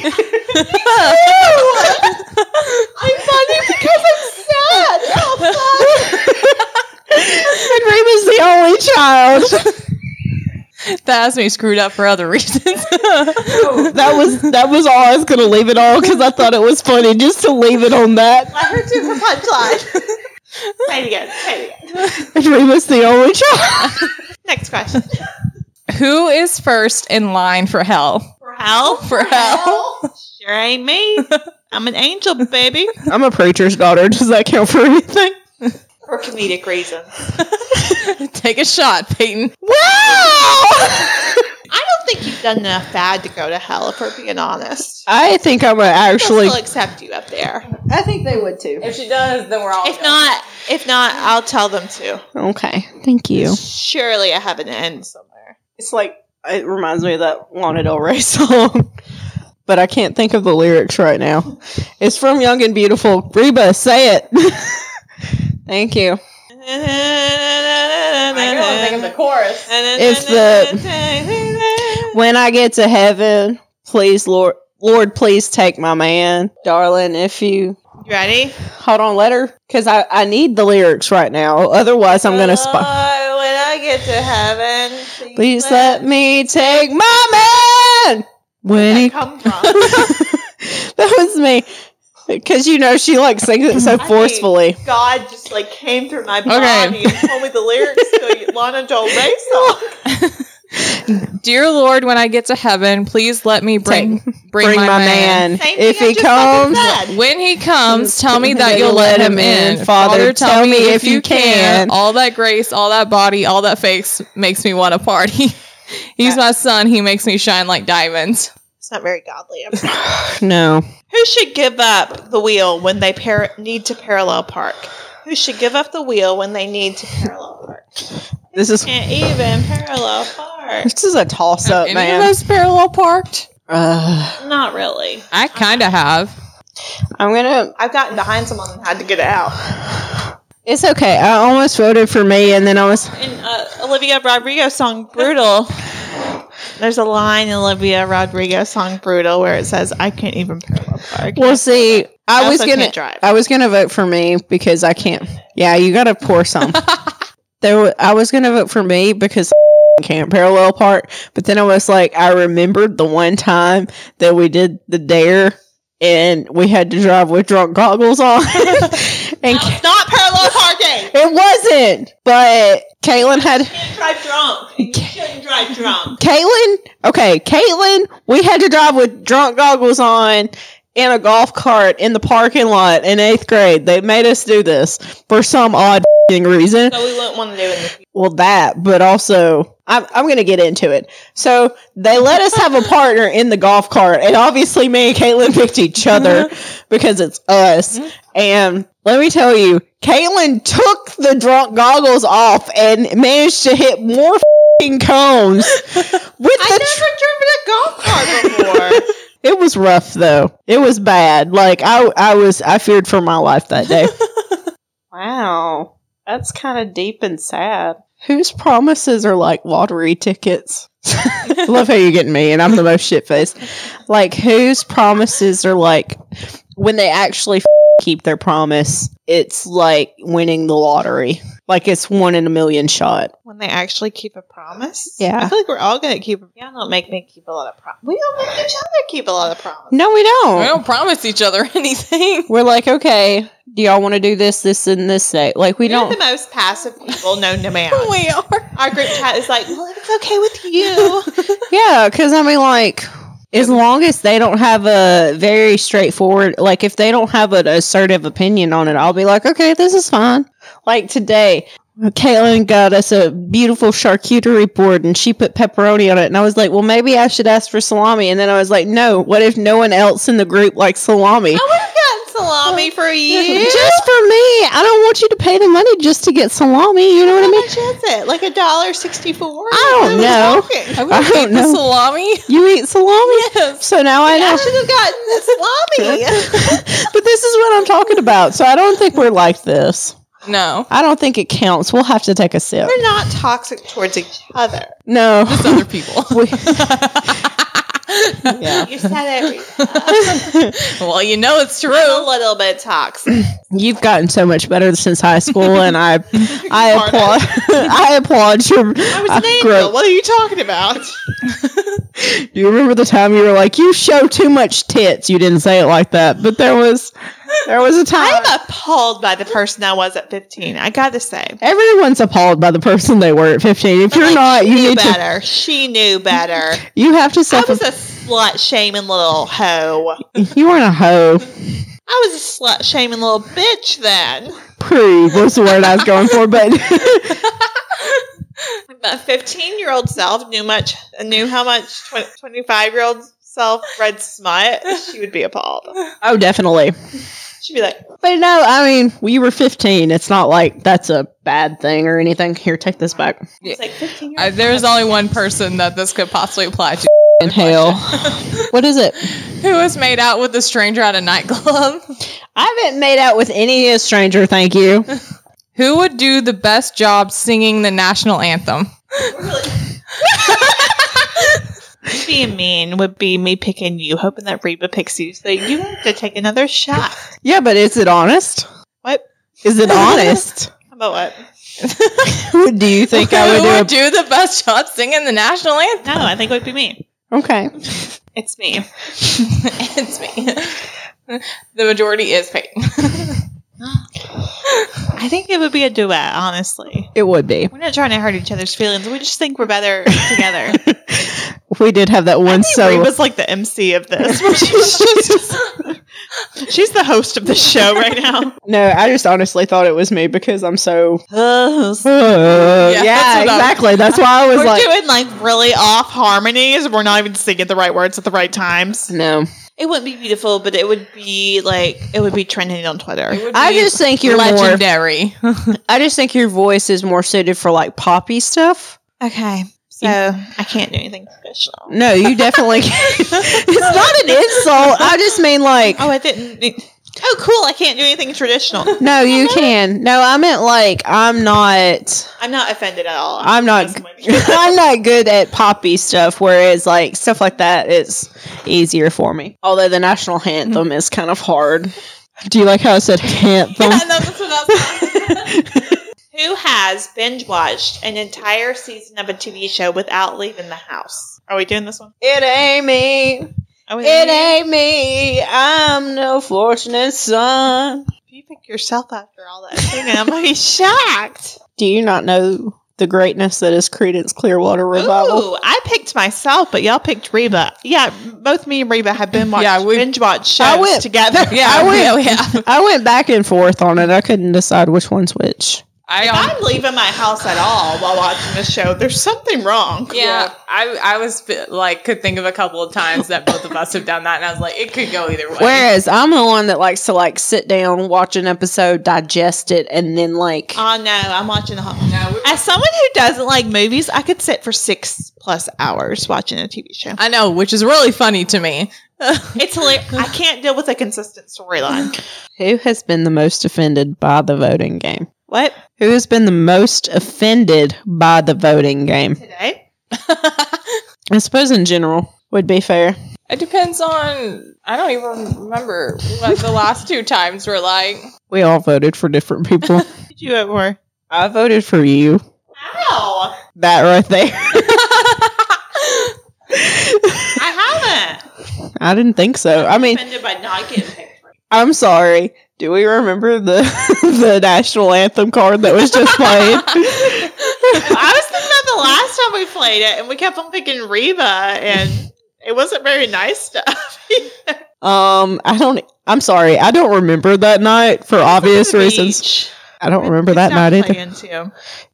Speaker 1: I'm funny because I'm sad. Oh,
Speaker 3: and Reba's the only child.
Speaker 4: That has me screwed up for other reasons.
Speaker 3: That was that was all I was gonna leave it on because I thought it was funny just to leave it on that.
Speaker 2: I heard you for punchline. Say it again. Say it again.
Speaker 3: And Reba's the only child.
Speaker 2: Next question.
Speaker 4: Who is first in line for hell?
Speaker 2: For hell?
Speaker 4: For hell?
Speaker 2: Sure ain't me. I'm an angel, baby.
Speaker 3: I'm a preacher's daughter. Does that count for anything?
Speaker 2: For comedic reasons.
Speaker 4: Take a shot, Peyton.
Speaker 3: Wow!
Speaker 2: I don't think you've done enough bad to go to hell, if we're being honest.
Speaker 3: I think I'm a
Speaker 2: They'll
Speaker 3: actually.
Speaker 2: still accept you up there.
Speaker 3: I think they would too.
Speaker 1: If she does, then we're all.
Speaker 2: If not, if not, I'll tell them to.
Speaker 3: Okay, thank you.
Speaker 2: Surely I have an end somewhere.
Speaker 3: It's like it reminds me of that Lana Del Rey song, but I can't think of the lyrics right now. It's from Young and Beautiful. Reba, say it. Thank you.
Speaker 1: I know I'm thinking the chorus.
Speaker 3: It's the- When I get to heaven, please, Lord, Lord, please take my man, darling. If you
Speaker 2: You ready?
Speaker 3: hold on, let her, because I I need the lyrics right now. Otherwise, I'm gonna
Speaker 1: Lord,
Speaker 3: spot.
Speaker 1: When I get to heaven,
Speaker 3: Please let me take my man.
Speaker 4: When he
Speaker 2: Come from.
Speaker 3: That was me, because you know she like sings it so
Speaker 2: think-
Speaker 3: forcefully.
Speaker 2: God just like came through my body
Speaker 4: Okay.
Speaker 2: and told me the lyrics to Lana Del Rey song.
Speaker 4: Dear Lord, when I get to heaven, please let me bring bring, my, man.
Speaker 2: Same
Speaker 3: If
Speaker 2: thing I
Speaker 3: he
Speaker 2: just fucking
Speaker 3: comes,
Speaker 2: said.
Speaker 4: When he comes, tell me that you'll let him in. Father, tell me if you can. All that grace, all that body, all that face makes me want to party. He's my son. He makes me shine like diamonds.
Speaker 2: It's not very godly. I'm sorry.
Speaker 3: no.
Speaker 2: Who should give up the wheel when they par- need to parallel park? Who should give up the wheel when they need to parallel park?
Speaker 3: This is
Speaker 2: Can't even parallel park.
Speaker 3: this is a toss up,
Speaker 4: Any of
Speaker 3: man.
Speaker 4: us parallel parked?
Speaker 3: Uh,
Speaker 2: Not really.
Speaker 4: I kind of have.
Speaker 3: I'm gonna.
Speaker 2: I've gotten behind someone and had to get out.
Speaker 3: It's okay. I almost voted for me, and then I was.
Speaker 2: In uh, Olivia Rodrigo's song
Speaker 4: Oh.
Speaker 2: "Brutal," there's a line in Olivia Rodrigo's song "Brutal" where it says, "I can't even parallel park."
Speaker 3: Well, see, I,
Speaker 2: I
Speaker 3: was
Speaker 2: also
Speaker 3: gonna.
Speaker 2: can't drive.
Speaker 3: I was gonna vote for me because I can't. Yeah, you gotta pour some. there, wa- I was gonna vote for me because I can't parallel part. But then I was like, I remembered the one time that we did the dare, and we had to drive with drunk goggles on, and Ca-
Speaker 2: It's not parallel parking.
Speaker 3: it wasn't. But Caitlin had.
Speaker 2: You can't drive drunk. You shouldn't drive drunk.
Speaker 3: Caitlin, okay, Caitlin, we had to drive with drunk goggles on in a golf cart in the parking lot in eighth grade. They made us do this for some odd f***ing reason.
Speaker 2: So we wouldn't want to do it. In the future.
Speaker 3: Well, that, but also, I'm, I'm going to get into it. So they let us have a partner in the golf cart, and obviously, me and Caitlin picked each other because it's us. And let me tell you, Caitlin took the drunk goggles off and managed to hit more f***ing cones with the. tr-
Speaker 2: I've never driven a golf cart before.
Speaker 3: it was rough though. It was bad. Like I I was I feared for my life that day.
Speaker 2: wow, that's kind of deep and sad.
Speaker 3: Whose promises are like lottery tickets? I love how you're getting me and I'm the most shit faced. Like whose promises are like when they actually f- keep their promise, it's like winning the lottery. Like it's one in a million shot.
Speaker 2: When they actually keep a promise.
Speaker 3: Yeah.
Speaker 2: I feel like we're all gonna keep. Y'all don't make me keep a lot of promises. We don't make each other keep a lot of promises.
Speaker 3: No, we
Speaker 4: We
Speaker 3: don't.
Speaker 4: don't promise each other anything.
Speaker 3: We're like, okay, do y'all want to do this, this, and this day? Like we
Speaker 2: We're
Speaker 3: don't.
Speaker 2: the most passive people known to man.
Speaker 4: we are.
Speaker 2: Our group chat is like, well, if it's okay with you.
Speaker 3: Yeah, because I mean, like, as long as they don't have a very straightforward, like, if they don't have an assertive opinion on it, I'll be like, okay, this is fine. Like today, Caitlin got us a beautiful charcuterie board and she put pepperoni on it. And I was like, well, maybe I should ask for salami. And then I was like, no, what if no one else in the group likes salami?
Speaker 2: I would have gotten salami for you.
Speaker 3: Just for me. I don't want you to pay the money just to get salami. You know what I
Speaker 2: How
Speaker 3: mean?
Speaker 2: much is it? Like a dollar sixty-four?
Speaker 3: I don't know.
Speaker 4: I would
Speaker 3: I don't
Speaker 4: eat the
Speaker 3: know.
Speaker 4: salami.
Speaker 3: You eat salami?
Speaker 4: Yes.
Speaker 3: So now I know.
Speaker 2: I should have gotten the salami.
Speaker 3: but this is what I'm talking about. So I don't think we're like this.
Speaker 4: No.
Speaker 3: I don't think it counts. We'll have to take a sip.
Speaker 2: We're not toxic towards each other.
Speaker 3: No.
Speaker 4: Just other people.
Speaker 3: We- yeah.
Speaker 2: You said it. Rita.
Speaker 4: well, you know it's true.
Speaker 2: I'm a little bit toxic.
Speaker 3: You've gotten so much better since high school, and I, I applaud, I applaud your
Speaker 2: I was
Speaker 3: uh,
Speaker 2: an angel.
Speaker 3: growth.
Speaker 2: What are you talking about?
Speaker 3: Do you remember the time you were like, "You show too much tits"? You didn't say it like that, but there was, there was a time.
Speaker 2: I'm appalled by the person I was at 15. I got to say.
Speaker 3: Everyone's appalled by the person they were at 15. If you're
Speaker 2: Like,
Speaker 3: not,
Speaker 2: she
Speaker 3: you
Speaker 2: knew
Speaker 3: need to.
Speaker 2: better. She knew better.
Speaker 3: You have to
Speaker 2: I
Speaker 3: self.
Speaker 2: was a slut shaming little hoe.
Speaker 3: You weren't a hoe.
Speaker 2: I was a slut shaming little bitch then.
Speaker 3: Prove was the word I was going for, but
Speaker 2: My 15 year old self knew much, knew how much 25 year old self read smut. She would be appalled.
Speaker 3: oh, definitely.
Speaker 2: She'd be like,
Speaker 3: But no, I mean, we were 15. It's not like that's a bad thing or anything. Here, take this back.
Speaker 2: it's like 15 year
Speaker 4: I,
Speaker 2: old.
Speaker 4: there's only one person that this could possibly apply to.
Speaker 3: In hell. what is it?
Speaker 4: Who was made out with a stranger at a nightclub?
Speaker 3: I haven't made out with any stranger, thank you.
Speaker 4: Who would do the best job singing the national anthem?
Speaker 2: Being mean would be me picking you, hoping that Reba picks you, so you have to take another shot.
Speaker 3: Yeah, but is it honest?
Speaker 2: What?
Speaker 3: Is it honest?
Speaker 2: How about what?
Speaker 3: Would- do you think I
Speaker 4: Who
Speaker 3: would do
Speaker 4: do the best job singing the national anthem?
Speaker 2: No, I think it would be me.
Speaker 3: a- Okay.
Speaker 2: It's me.
Speaker 4: it's me. the majority is Peyton.
Speaker 2: I think it would be a duet, honestly.
Speaker 3: It would be.
Speaker 2: We're not trying to hurt each other's feelings. We just think we're better together.
Speaker 3: We did have that one
Speaker 2: So
Speaker 3: solo.
Speaker 2: Reba's like the MC of this. she's, she's- she's the host of the show right now.
Speaker 3: No, I just honestly thought it was me because I'm so.
Speaker 2: Host.
Speaker 3: Uh, yeah,
Speaker 4: that's what I'm-
Speaker 3: exactly. That's why I was
Speaker 2: We're
Speaker 3: like,
Speaker 2: doing like really off harmonies. We're not even singing the right words at the right times.
Speaker 3: no.
Speaker 2: It wouldn't be beautiful, but it would be like it would be trending on Twitter.
Speaker 3: I just think you're more.
Speaker 4: legendary.
Speaker 3: I just think your voice is more suited for like poppy stuff.
Speaker 2: Okay, so I can't do anything special.
Speaker 3: No, you definitely. it's not an insult. I just mean like.
Speaker 2: Oh, I didn't. Oh, cool! I can't do anything traditional.
Speaker 3: No, you can. No, I meant like I'm not.
Speaker 2: I'm not offended at all.
Speaker 3: I'm not. I'm not good at poppy stuff. Whereas like stuff like that is easier for me. Although the national anthem is kind of hard. Do you like how I said anthem?
Speaker 2: Who has binge watched an entire season of a TV show without leaving the house? Are we doing this one?
Speaker 3: It ain't me.
Speaker 2: Are we
Speaker 3: It ain't me. I'm no fortunate son.
Speaker 2: If you pick yourself after all that singing, I'm gonna be shocked.
Speaker 3: Do you not know the greatness that is Credence Clearwater Revival?
Speaker 2: Ooh, I picked myself, but y'all picked Reba. Yeah, both me and Reba have been watched,
Speaker 4: Yeah, we-
Speaker 2: binge watched shows
Speaker 3: I went-
Speaker 2: together.
Speaker 4: yeah,
Speaker 3: I would-
Speaker 4: yeah, yeah.
Speaker 3: I went back and forth on it. I couldn't decide which one's which.
Speaker 4: I
Speaker 2: If
Speaker 4: um,
Speaker 2: I'm leaving my house at all while watching this show, there's something wrong.
Speaker 4: Yeah, I I was like could think of a couple of times that both of us have done that, and I was like, it could go either way.
Speaker 3: Whereas I'm the one that likes to like sit down, watch an episode, digest it, and then like
Speaker 2: Oh no, I'm watching the whole.
Speaker 4: No, we-
Speaker 2: As someone who doesn't like movies, I could sit for six plus hours watching a TV show.
Speaker 4: I know, which is really funny to me.
Speaker 2: It's hilarious. I can't deal with a consistent storyline.
Speaker 3: who has been the most offended by the voting game?
Speaker 2: What
Speaker 3: Who has been the most offended by the voting game?
Speaker 2: today?
Speaker 3: I suppose in general would be fair.
Speaker 4: It depends on. I don't even remember what the last two times were like.
Speaker 3: We all voted for different people.
Speaker 2: Did you ever?
Speaker 3: I voted for you.
Speaker 2: Ow!
Speaker 3: That right there.
Speaker 2: I haven't.
Speaker 3: I didn't think so. I mean,
Speaker 2: offended by not getting picked.
Speaker 3: I'm sorry. Do we remember the the national anthem card that was just played?
Speaker 2: I was thinking about the last time we played it, and we kept on picking Reba, and it wasn't very nice stuff.
Speaker 3: Um, I don't. I'm sorry. I don't remember that night for obvious reasons. I don't remember that night either.
Speaker 2: Too.
Speaker 4: I don't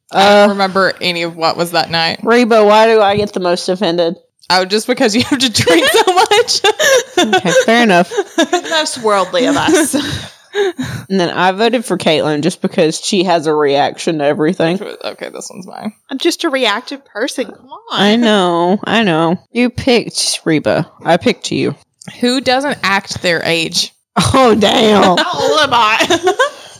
Speaker 3: Uh,
Speaker 4: remember any of what was that night.
Speaker 3: Reba, why do I get the most offended?
Speaker 4: Oh, just because you have to drink so much.
Speaker 3: Okay, fair enough.
Speaker 2: The most worldly of us.
Speaker 3: And then I voted for Caitlyn just because she has a reaction to everything.
Speaker 4: okay, this one's mine.
Speaker 2: I'm just a reactive person. Come on.
Speaker 3: I know. I know. You picked Reba. I picked you.
Speaker 4: Who doesn't act their age?
Speaker 3: Oh damn.
Speaker 2: How old am I?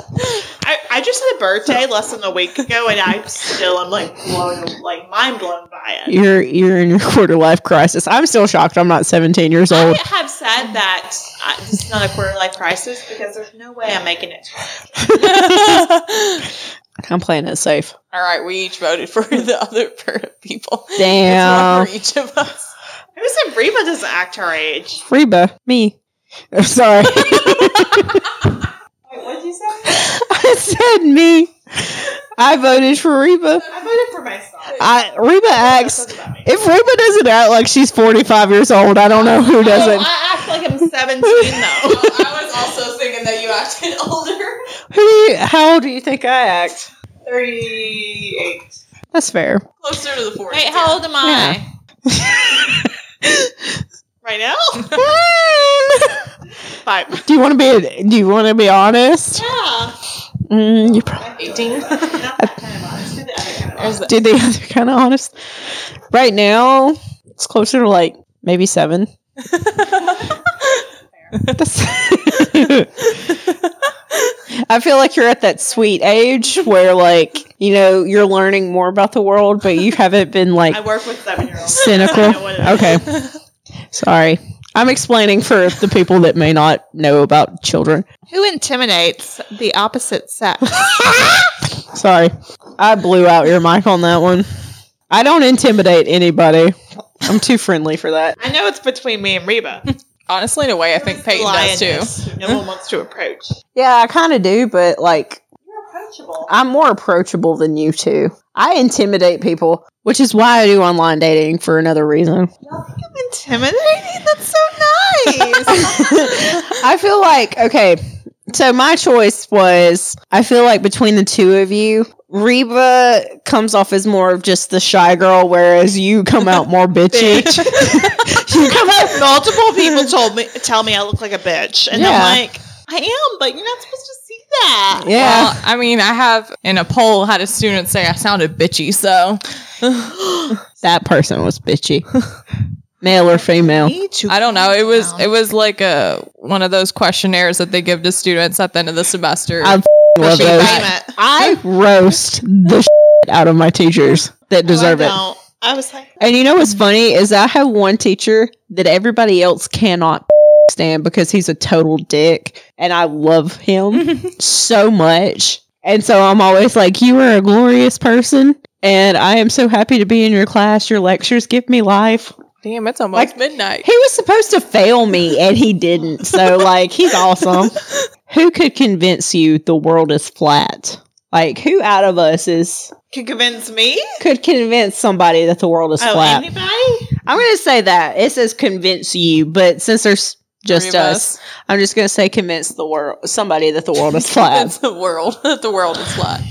Speaker 2: I, I just had a birthday less than a week ago, and I still am like blown, like mind blown by it.
Speaker 3: You're you're in your quarter life crisis. I'm still shocked. I'm not 17 years
Speaker 2: I
Speaker 3: old.
Speaker 2: have said that I, this is not a quarter life crisis because there's no way I'm making it.
Speaker 4: All
Speaker 3: I'm playing it safe.
Speaker 4: right, we each voted for the other per- people. It's one
Speaker 3: Damn.
Speaker 4: for each of us.
Speaker 2: Who said Reba doesn't act her age?
Speaker 3: Reba, me. I'm sorry.
Speaker 2: Wait, what did you say?
Speaker 3: I said me. I voted for Reba.
Speaker 2: I voted for myself.
Speaker 3: I Reba acts. If Reba doesn't act like she's 45 years old, I don't know who
Speaker 2: Oh,
Speaker 3: doesn't.
Speaker 2: I act like I'm 17 though.
Speaker 4: I was also thinking that you acted older.
Speaker 3: Who? do you- how old do you think I act?
Speaker 2: 38.
Speaker 3: That's fair.
Speaker 4: Closer to the 40s.
Speaker 2: Wait, how old am I?
Speaker 3: Yeah.
Speaker 2: Right now? Five.
Speaker 3: do you want to be? Do you want to be honest?
Speaker 2: Yeah.
Speaker 3: Mm, you probably
Speaker 4: 18.
Speaker 2: Not that kind of honest. Do the other kind of honest.
Speaker 3: did the other kind of honest. Right now, it's closer to like maybe seven. That's- I feel like you're at that sweet age where, like, you know, you're learning more about the world, but you haven't been like
Speaker 2: I work with seven year olds.
Speaker 3: cynical.
Speaker 2: I know what it is.
Speaker 3: Okay, sorry. I'm explaining for the people that may not know about children.
Speaker 2: Who intimidates the opposite sex?
Speaker 3: Sorry, I blew out your mic on that one. I don't intimidate anybody. I'm too friendly for that.
Speaker 2: I know it's between me and Reba.
Speaker 4: Honestly, in a way, I think Peyton does too.
Speaker 2: Lioness who No one wants to approach.
Speaker 3: Yeah, I kind of do, but like,
Speaker 2: You're approachable.
Speaker 3: I'm more approachable than you two. I intimidate people, which is why I do online dating for another reason.
Speaker 2: Y'all think I'm intimidating? That's so nice.
Speaker 3: I feel like, okay, so my choice was I feel like between the two of you, Reba comes off as more of just the shy girl, whereas you come out more bitchy. you come out
Speaker 2: Multiple people told me tell me I look like a bitch, and
Speaker 3: Yeah.
Speaker 2: I'm like, I am, but you're not supposed to see that.
Speaker 3: Yeah.
Speaker 4: Well, I mean, I have in a poll had a student say I sounded bitchy, so
Speaker 3: that person was bitchy. Male or female.
Speaker 2: Me too.
Speaker 4: I don't know. It was
Speaker 2: Wow.
Speaker 4: it was like a one of those questionnaires that they give to students at the end of the semester.
Speaker 3: I Love
Speaker 2: She
Speaker 3: those.
Speaker 2: came it.
Speaker 3: I roast the out of my teachers that deserve
Speaker 2: No, I
Speaker 3: it.
Speaker 2: don't. I was like,
Speaker 3: And you know what's funny is I have one teacher that everybody else cannot stand because he's a total dick, and I love him so much. And so I'm always like, "You are a glorious person, and I am so happy to be in your class. Your lectures give me life."
Speaker 4: Damn, it's almost
Speaker 3: Like-
Speaker 4: midnight.
Speaker 3: He was supposed to fail me, and he didn't. So like, he's awesome. who could convince you the world is flat? Like, who out of us is
Speaker 2: can convince me?
Speaker 3: could convince somebody that the world is
Speaker 2: Oh,
Speaker 3: flat?
Speaker 2: anybody?
Speaker 3: I'm going to say that. It says convince you, but since there's just
Speaker 4: Three of
Speaker 3: us, I'm just going to say convince the world, somebody that the world is
Speaker 4: It's
Speaker 3: flat.
Speaker 4: the world. the world is flat.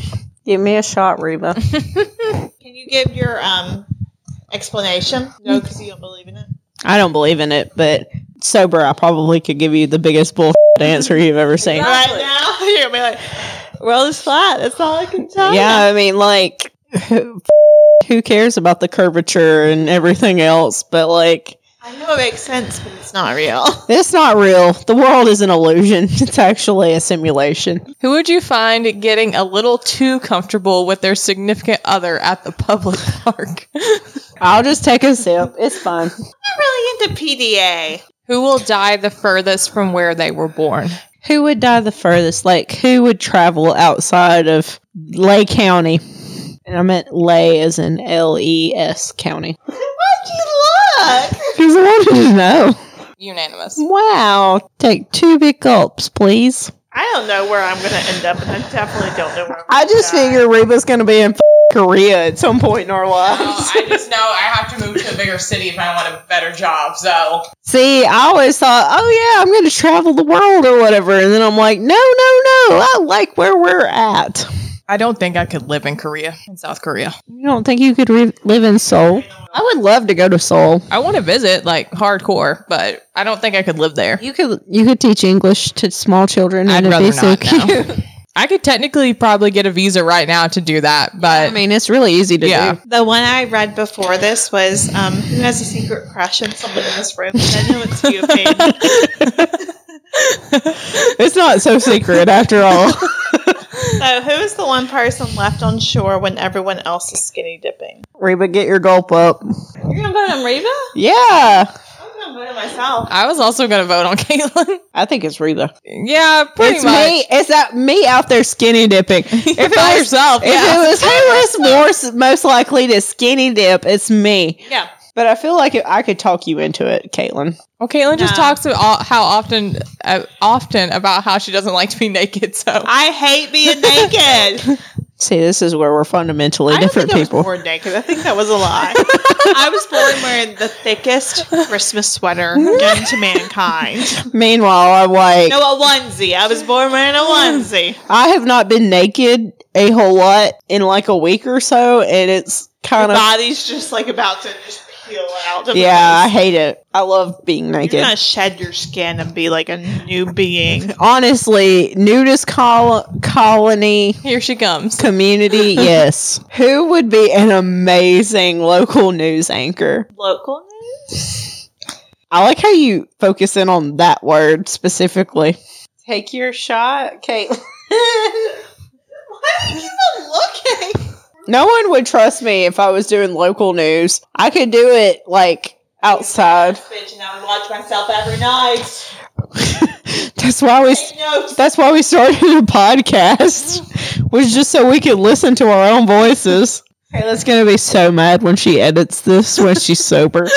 Speaker 3: Give me a shot, Reba.
Speaker 2: Can you give your um explanation? No, because you don't believe in it.
Speaker 3: I don't believe in it, but sober, I probably could give you the biggest bull answer you've ever seen.
Speaker 2: Right now, you're gonna be like, world is flat. That's all I can tell.
Speaker 3: Oh, Yeah, I mean, like, who cares about the curvature and everything else? But, like,
Speaker 2: I know it makes sense, but it's not real.
Speaker 3: it's not real. The world is an illusion, it's actually a simulation.
Speaker 4: Who would you find getting a little too comfortable with their significant other at the public park?
Speaker 3: I'll just take a sip. It's fine.
Speaker 2: I'm really into PDA.
Speaker 4: Who will die the furthest from where they were born?
Speaker 3: Who would die the furthest? Like, who would travel outside of Lay County? And I meant Lay as in L E S County.
Speaker 2: Why'd you look?
Speaker 3: Because I wanted to know.
Speaker 4: Unanimous.
Speaker 3: Wow. Take two big gulps, please.
Speaker 2: I don't know where I'm gonna end up, and I definitely don't know where. I'm
Speaker 3: I
Speaker 2: gonna
Speaker 3: just
Speaker 2: die.
Speaker 3: figure Reba's going to be in f- Korea at some point in our lives.
Speaker 1: I just know I have to move to a bigger city if I want a better job. So
Speaker 3: See, I always thought, oh, yeah, I'm going to travel the world or whatever. And then I'm like, no, no, no. I like where we're at.
Speaker 4: I don't think I could live in Korea, in South Korea.
Speaker 3: You don't think you could re- live in Seoul? I would love to go to Seoul.
Speaker 4: I want to visit like hardcore, but I don't think I could live there.
Speaker 3: You could you could teach English to small children
Speaker 4: I'd
Speaker 3: and it'd be
Speaker 4: rather
Speaker 3: so
Speaker 4: not.
Speaker 3: cute.
Speaker 4: No. I could technically probably get a visa right now to do that,
Speaker 3: I
Speaker 4: but
Speaker 3: mean, it's really easy to
Speaker 4: Yeah.
Speaker 3: do.
Speaker 2: The one I read before this was um, Who has a secret crush on someone in this room? And I know it's you, Peyton.
Speaker 3: It's not so secret after all.
Speaker 2: So, who is the one person left on shore when everyone else is skinny dipping?
Speaker 3: Reba, get your gulp up.
Speaker 2: You're going to vote on Reba?
Speaker 3: Yeah,
Speaker 2: I'm going to vote on myself.
Speaker 4: I was also going to vote on Caitlin.
Speaker 3: I think it's Reba.
Speaker 4: yeah, pretty
Speaker 3: it's
Speaker 4: much.
Speaker 3: me. It's that me out there skinny dipping. If it
Speaker 4: By
Speaker 3: was-
Speaker 4: yourself,
Speaker 3: If
Speaker 4: yeah.
Speaker 3: it was who was more, most likely to skinny dip, it's me.
Speaker 2: Yeah.
Speaker 3: But I feel like if I could talk you into it, Caitlin.
Speaker 4: Well, Caitlin just
Speaker 2: No.
Speaker 4: talks about how often, uh, often about how she doesn't like to be naked. So
Speaker 2: I hate being naked.
Speaker 3: See, this is where we're fundamentally
Speaker 2: I don't
Speaker 3: different
Speaker 2: think I
Speaker 3: people.
Speaker 2: was born naked. I think that was a lie. I was born wearing the thickest Christmas sweater known to mankind.
Speaker 3: Meanwhile, I'm like,
Speaker 2: No, a onesie. I was born wearing a onesie.
Speaker 3: I have not been naked a whole lot in like a week or so, and it's
Speaker 2: Your
Speaker 3: kind of
Speaker 2: body's just like about to just peel out. of
Speaker 3: yeah. I
Speaker 2: us.
Speaker 3: hate it. I love being
Speaker 2: You're
Speaker 3: naked.
Speaker 2: gonna shed your skin and be like a new being.
Speaker 3: Honestly, nudist col- colony
Speaker 4: here she comes.
Speaker 3: community, yes. Who would be an amazing local news anchor?
Speaker 2: Local news?
Speaker 3: I like how you focus in on that word specifically. Take your shot, Kate.
Speaker 1: Why do you keep on looking?
Speaker 3: No one would trust me if I was doing local news. I could do it like outside.
Speaker 1: Bitch, and I would watch myself every night.
Speaker 3: That's why we.
Speaker 1: Take notes.
Speaker 3: That's why we started a podcast, was just so we could listen to our own voices. Kayla's gonna be so mad when she edits this when she's sober.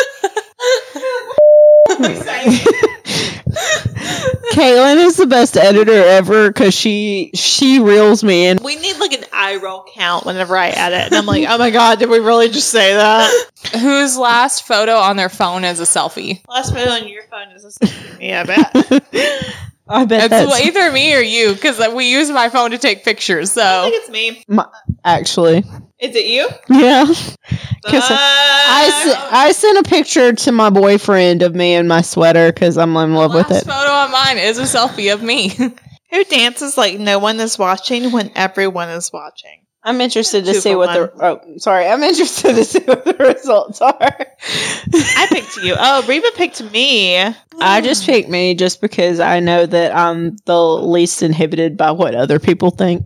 Speaker 3: Kaylin is the best editor ever because she she reels me in.
Speaker 2: We need like an eye roll count whenever I edit. And I'm like, oh my God, did we really just say that?
Speaker 4: Whose last photo on their phone is a selfie?
Speaker 2: Last photo on your phone is a Yeah, I bet.
Speaker 3: I bet
Speaker 4: It's
Speaker 3: that's
Speaker 4: either me or you because we use my phone to take pictures.
Speaker 2: I
Speaker 4: So
Speaker 2: think it's me.
Speaker 3: actually
Speaker 2: Is it you?
Speaker 3: yeah. 'Cause I, s-
Speaker 2: Uh,
Speaker 3: I sent a picture to my boyfriend of me in my sweater because I'm in love with
Speaker 4: last
Speaker 3: it.
Speaker 4: photo on mine is a selfie of me.
Speaker 2: Who dances like no one is watching when everyone is watching?
Speaker 3: I'm interested
Speaker 2: Two
Speaker 3: to see
Speaker 2: for
Speaker 3: what the oh sorry I'm interested to see what the results are.
Speaker 2: I picked you. Oh, Reba picked me.
Speaker 3: I just picked me just because I know that I'm the least inhibited by what other people think.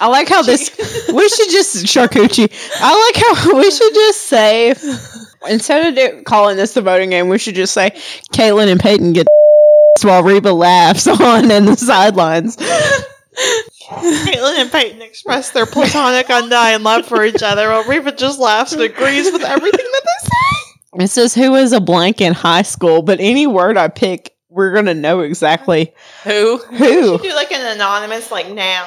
Speaker 3: I like how this. we should just charcuterie. I like how we should just say instead of do- calling this the voting game, we should just say Caitlin and Peyton get while Reba laughs on in the sidelines.
Speaker 2: Caitlin and Peyton express their platonic undying love for each other, while Reba just laughs and agrees with everything that they say.
Speaker 3: It says who is a blank in high school, but any word I pick, we're gonna know exactly
Speaker 4: Who?
Speaker 3: who.
Speaker 2: do like an anonymous like noun.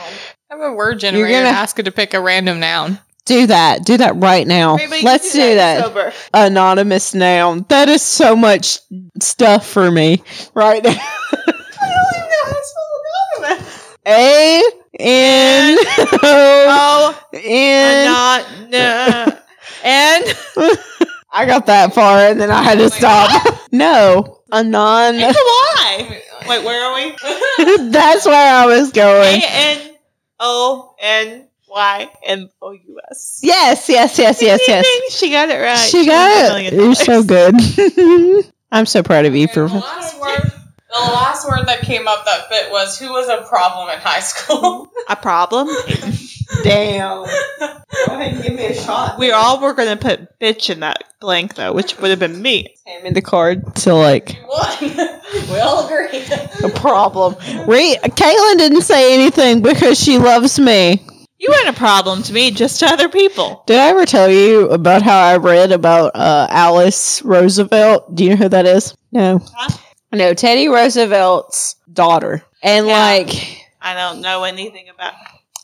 Speaker 4: I have a word generator
Speaker 3: gonna-
Speaker 4: and ask it to pick a random noun.
Speaker 3: Do that. Do that right now.
Speaker 2: Reba, you
Speaker 3: Oh, Let's do that.
Speaker 2: Sober.
Speaker 3: anonymous noun. That is so much stuff for me right now.
Speaker 2: I don't even know how to spell anonymous.
Speaker 3: A N
Speaker 2: Uh,
Speaker 3: O
Speaker 2: Oh,
Speaker 3: N.
Speaker 2: anon- no. and
Speaker 3: I got that far and then I had to stop. No, anon.
Speaker 2: July. Wait, where are we?
Speaker 3: That's where I was
Speaker 2: A
Speaker 3: going.
Speaker 2: N O N Y M O U S.
Speaker 3: Yes, yes, yes, yes, yes.
Speaker 2: She got it right.
Speaker 3: She got
Speaker 2: won a
Speaker 3: it.
Speaker 2: million
Speaker 3: You're so
Speaker 2: dollars.
Speaker 3: good. I'm so proud of you
Speaker 4: The
Speaker 3: for.
Speaker 4: last word.
Speaker 1: The last word that came up that fit was who was a problem in high school?
Speaker 2: A problem?
Speaker 3: Damn.
Speaker 1: Go ahead and give me a shot.
Speaker 2: We all were going to put bitch in that blank, though, which would have been me.
Speaker 3: Hand me the card to like.
Speaker 1: One. we all agree.
Speaker 3: a problem. Re- Caitlin didn't say anything because she loves me.
Speaker 2: You weren't a problem to me, just to other people.
Speaker 3: Did I ever tell you about how I read about uh, Alice Roosevelt? Do you know who that is? No.
Speaker 2: Huh?
Speaker 3: No, Teddy Roosevelt's daughter. And
Speaker 2: Yeah.
Speaker 3: like,
Speaker 2: I don't know anything about.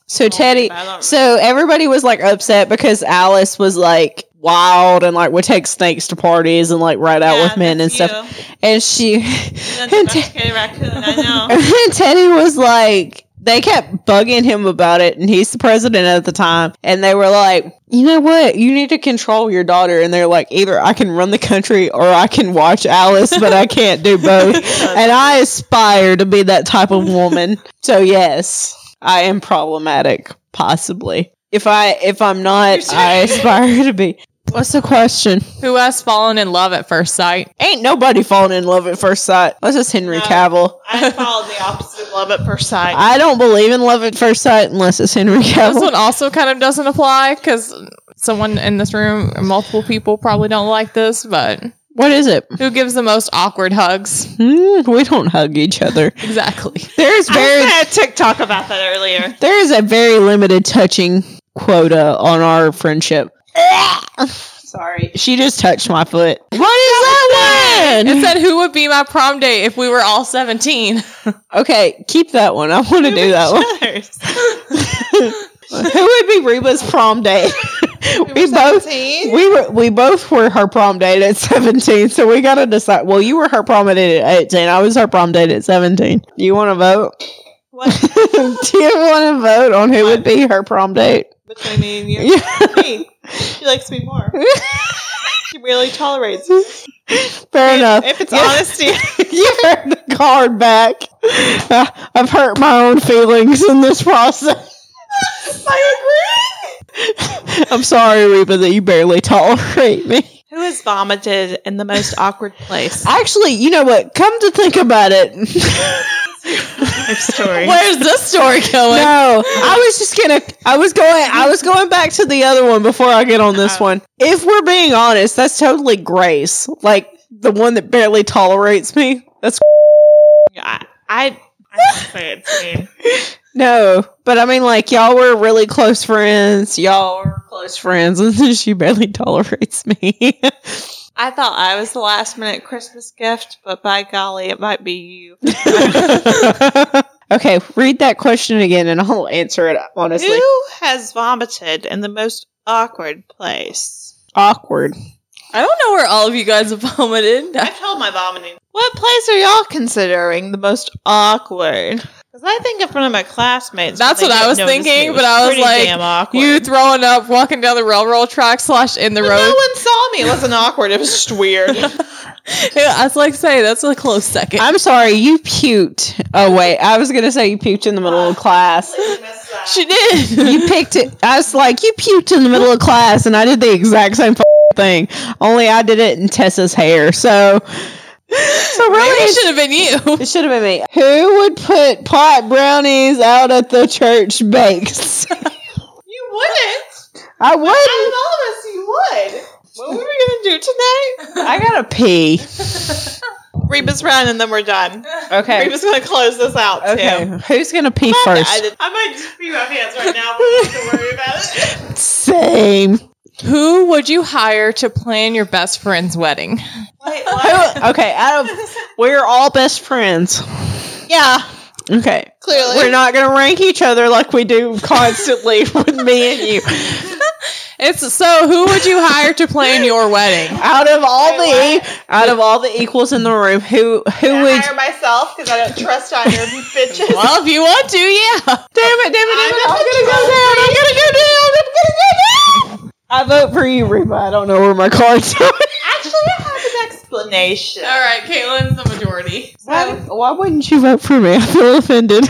Speaker 3: so Teddy,
Speaker 2: Oh, I don't
Speaker 3: so everybody was like upset because Alice was like wild and like would take snakes to parties and like ride out
Speaker 2: Yeah,
Speaker 3: with men and
Speaker 2: that's
Speaker 3: stuff.
Speaker 2: you.
Speaker 3: And she,
Speaker 2: You're the domesticated raccoon, I know.
Speaker 3: And Teddy was like, they kept bugging him about it, and he's the president at the time. And they were like, you know what? You need to control your daughter. And they're like, either I can run the country or I can watch Alice, but I can't do both. and I aspire to be that type of woman. So yes, I am problematic, possibly. If I if I'm not, I aspire to be. What's the question?
Speaker 4: Who has fallen in love at first sight?
Speaker 3: Ain't nobody falling in love at first sight. That's just Henry
Speaker 2: No.
Speaker 3: Cavill.
Speaker 2: I followed the opposite of love at first sight.
Speaker 3: I don't believe in love at first sight unless it's Henry
Speaker 4: This
Speaker 3: Cavill.
Speaker 4: one also kind of doesn't apply because someone in this room, multiple people probably don't like this, but
Speaker 3: What is it?
Speaker 4: who gives the most awkward hugs?
Speaker 3: Hmm, we don't hug each other.
Speaker 4: Exactly.
Speaker 3: There's
Speaker 2: I
Speaker 3: very
Speaker 2: had TikTok about that earlier.
Speaker 3: there is a very limited touching quota on our friendship.
Speaker 2: Sorry.
Speaker 3: She just touched my foot. What is that
Speaker 4: It
Speaker 3: one?
Speaker 4: said, Who would be my prom date if we were all 17?
Speaker 3: Okay, keep that one. I want to do that one. Who would be Reba's prom date? we both we were we both were her prom date at 17 so we gotta decide well you were her prom date at 18 i was her prom date at 17 do you want to vote
Speaker 2: What?
Speaker 3: do you want to vote on who would be her prom date
Speaker 2: Between me and you.
Speaker 3: yeah
Speaker 2: me. She likes me more. She really tolerates me.
Speaker 3: fair enough
Speaker 2: If it's
Speaker 3: Yeah.
Speaker 2: honesty,
Speaker 3: you heard the card back Uh, i've hurt my own feelings in this process
Speaker 2: I
Speaker 3: i'm sorry reba that you barely tolerate me
Speaker 2: agree. Who has vomited in the most awkward place?
Speaker 3: Actually, you know what? Come to think about it,
Speaker 2: story.
Speaker 4: Where's this story going?
Speaker 3: No, I was just gonna. I was going. I was going back to the other one before I get on
Speaker 2: Uh-huh.
Speaker 3: this one. If we're being honest, that's totally Grace, like the one that barely tolerates me. That's
Speaker 2: I, I, I don't say it's mean.
Speaker 3: no, but I mean, like y'all were really close friends. Y'all were close friends, and she barely tolerates me.
Speaker 2: I thought I was the last minute Christmas gift, but by golly, it might be you.
Speaker 3: okay, read that question again, and I'll answer it honestly.
Speaker 2: Who has vomited in the most awkward place?
Speaker 3: Awkward.
Speaker 4: I don't know where all of you guys have vomited.
Speaker 2: I've told my vomiting. What place are y'all considering the most awkward? Because I think in front of my classmates.
Speaker 4: That's
Speaker 2: when they
Speaker 4: what I was
Speaker 2: noticed me,
Speaker 4: thinking,
Speaker 2: it
Speaker 4: but I was
Speaker 2: pretty
Speaker 4: like,
Speaker 2: damn awkward.
Speaker 4: You throwing up, walking down the railroad track slash in the
Speaker 2: But
Speaker 4: road.
Speaker 2: No one saw me. It wasn't awkward. It was just weird.
Speaker 4: Yeah, I was like, say that's a close second.
Speaker 3: I'm sorry, you puked. Oh wait, I was gonna say you puked in the middle of class.
Speaker 4: she did.
Speaker 3: You picked it. I was like, you puked in the middle of class, and I did the exact same f- thing. Only I did it in Tessa's hair. So, so
Speaker 4: Maybe
Speaker 3: really,
Speaker 4: it should have been you.
Speaker 3: it should have been me. Who would put pot brownies out at the church bakes?
Speaker 2: you wouldn't.
Speaker 3: I wouldn't.
Speaker 2: Out of all of us, you would. What were we gonna do tonight?
Speaker 3: I gotta pee.
Speaker 2: Reba's run, and then we're done.
Speaker 3: Okay.
Speaker 2: Reba's gonna close this out
Speaker 3: Okay.
Speaker 2: too.
Speaker 3: Who's gonna pee first?
Speaker 2: I, I might just pee my pants right now. But I don't have to worry about it.
Speaker 3: Same.
Speaker 4: Who would you hire to plan your best friend's wedding?
Speaker 2: Wait,
Speaker 3: Who- okay. Out of we're all best friends.
Speaker 2: Yeah,
Speaker 3: Okay.
Speaker 2: clearly.
Speaker 3: We're not gonna rank each other like we do constantly with me and you.
Speaker 4: It's so who would you hire to plan your wedding?
Speaker 3: Out of all
Speaker 2: Wait,
Speaker 3: the e, out of all the equals in the room, who who
Speaker 2: I
Speaker 3: would?
Speaker 2: hire myself because I don't trust on your bitches.
Speaker 4: Well, if you want to, yeah.
Speaker 3: Damn it! Damn it! Damn it! I'm gonna go down. I'm gonna go down. I'm gonna go down. I vote for you, Reba. I don't know where my cards are.
Speaker 2: Actually, I have an explanation.
Speaker 4: right, Caitlin's the majority.
Speaker 3: Why, why wouldn't you vote for me? I feel offended.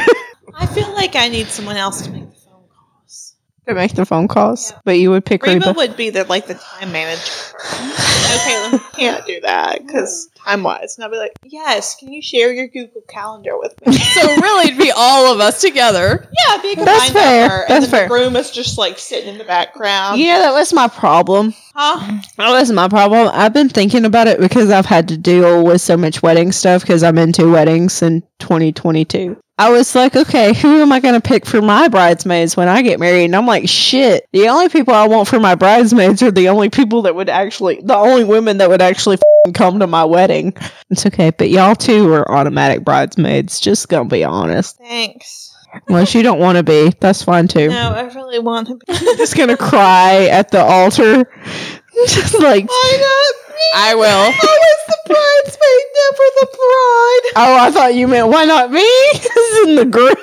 Speaker 2: I feel like I need someone else to make the phone calls.
Speaker 3: to make the phone calls, but you would pick
Speaker 2: Reba
Speaker 3: Reba.
Speaker 2: would be the like the time manager. okay, then we can't do that because time wise, and I'll be like, yes, can you share your Google Calendar with me?
Speaker 4: So really, it'd be all of us together.
Speaker 2: yeah, be a combined
Speaker 3: That's fair.
Speaker 2: number,
Speaker 3: That's
Speaker 2: and then
Speaker 3: fair.
Speaker 2: The room is just like sitting in the background.
Speaker 3: You know that was my problem.
Speaker 2: Huh?
Speaker 3: That was my problem. I've been thinking about it because I've had to deal with so much wedding stuff because I'm into weddings in 2022. I was like, okay, who am I going to pick for my bridesmaids when I get married? And I'm like, shit, the only people I want for my bridesmaids are the only people that would actually, the only women that would actually fing come to my wedding. It's okay, but y'all too are automatic bridesmaids, just going to be honest.
Speaker 2: Thanks.
Speaker 3: Unless you don't want to be, that's fine too.
Speaker 2: No, I really want to be.
Speaker 3: I'm just going to cry at the altar. just like,
Speaker 2: Why not me?
Speaker 4: I will.
Speaker 2: I was the bridesmaid, never the bride.
Speaker 3: Oh, I thought you meant why not me? this is in the group.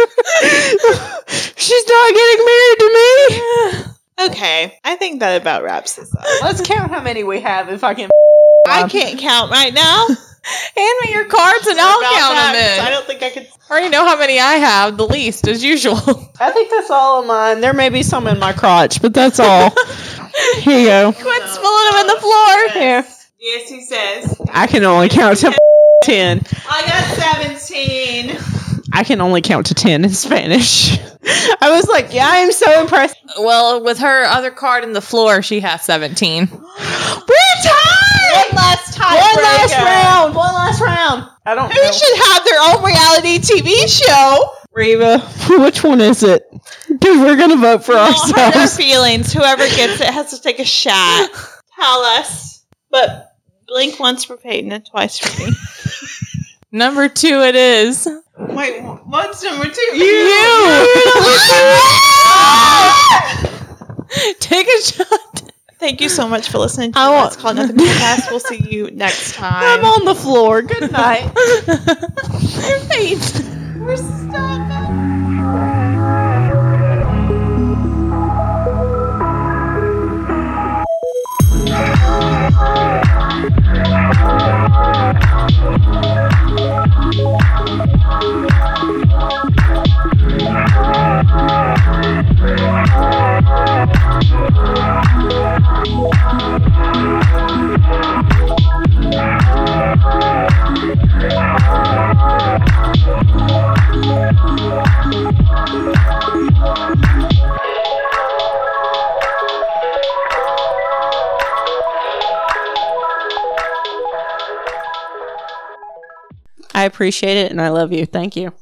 Speaker 3: She's not getting married to me.
Speaker 2: Okay, I think that about wraps this up.
Speaker 3: Let's count how many we have if I can.
Speaker 2: I can't count right now.
Speaker 4: Hand me your cards and I'll
Speaker 2: About
Speaker 4: count
Speaker 2: that, 'cause
Speaker 4: them
Speaker 2: I
Speaker 4: in.
Speaker 2: don't think I could.
Speaker 4: I already know how many I have, the least, as usual.
Speaker 3: I think that's all of mine. There may be some in my crotch, but that's all. Here you go.
Speaker 4: Quit spilling them in the floor.
Speaker 3: Here.
Speaker 2: Yes, he says.
Speaker 3: I can only count to ten.
Speaker 2: I got 17.
Speaker 3: I can only count to ten in Spanish. I was like, yeah, I am so impressed.
Speaker 4: Well, with her other card in the floor, she has 17.
Speaker 3: We're tied.
Speaker 2: One last time.
Speaker 3: One last round. One last round. I don't.
Speaker 2: Who should have their own reality TV show?
Speaker 3: Reba, which one is it? Dude, we're gonna vote for
Speaker 2: Don't hurt our
Speaker 3: ourselves.
Speaker 2: feelings. Whoever gets it has to take a shot. Tell us. But blink once for Peyton and twice for me.
Speaker 4: Number two, it is.
Speaker 2: Wait, what's number two?
Speaker 3: You.
Speaker 4: Take a shot.
Speaker 2: Thank you so much for listening to
Speaker 3: I
Speaker 2: the
Speaker 3: want-
Speaker 2: Let's Call Nothing podcast. We'll see you next time.
Speaker 3: I'm on the floor. Good night.
Speaker 4: Wait.
Speaker 2: We're stuck.
Speaker 5: Thank
Speaker 3: I appreciate it and I love you. Thank you.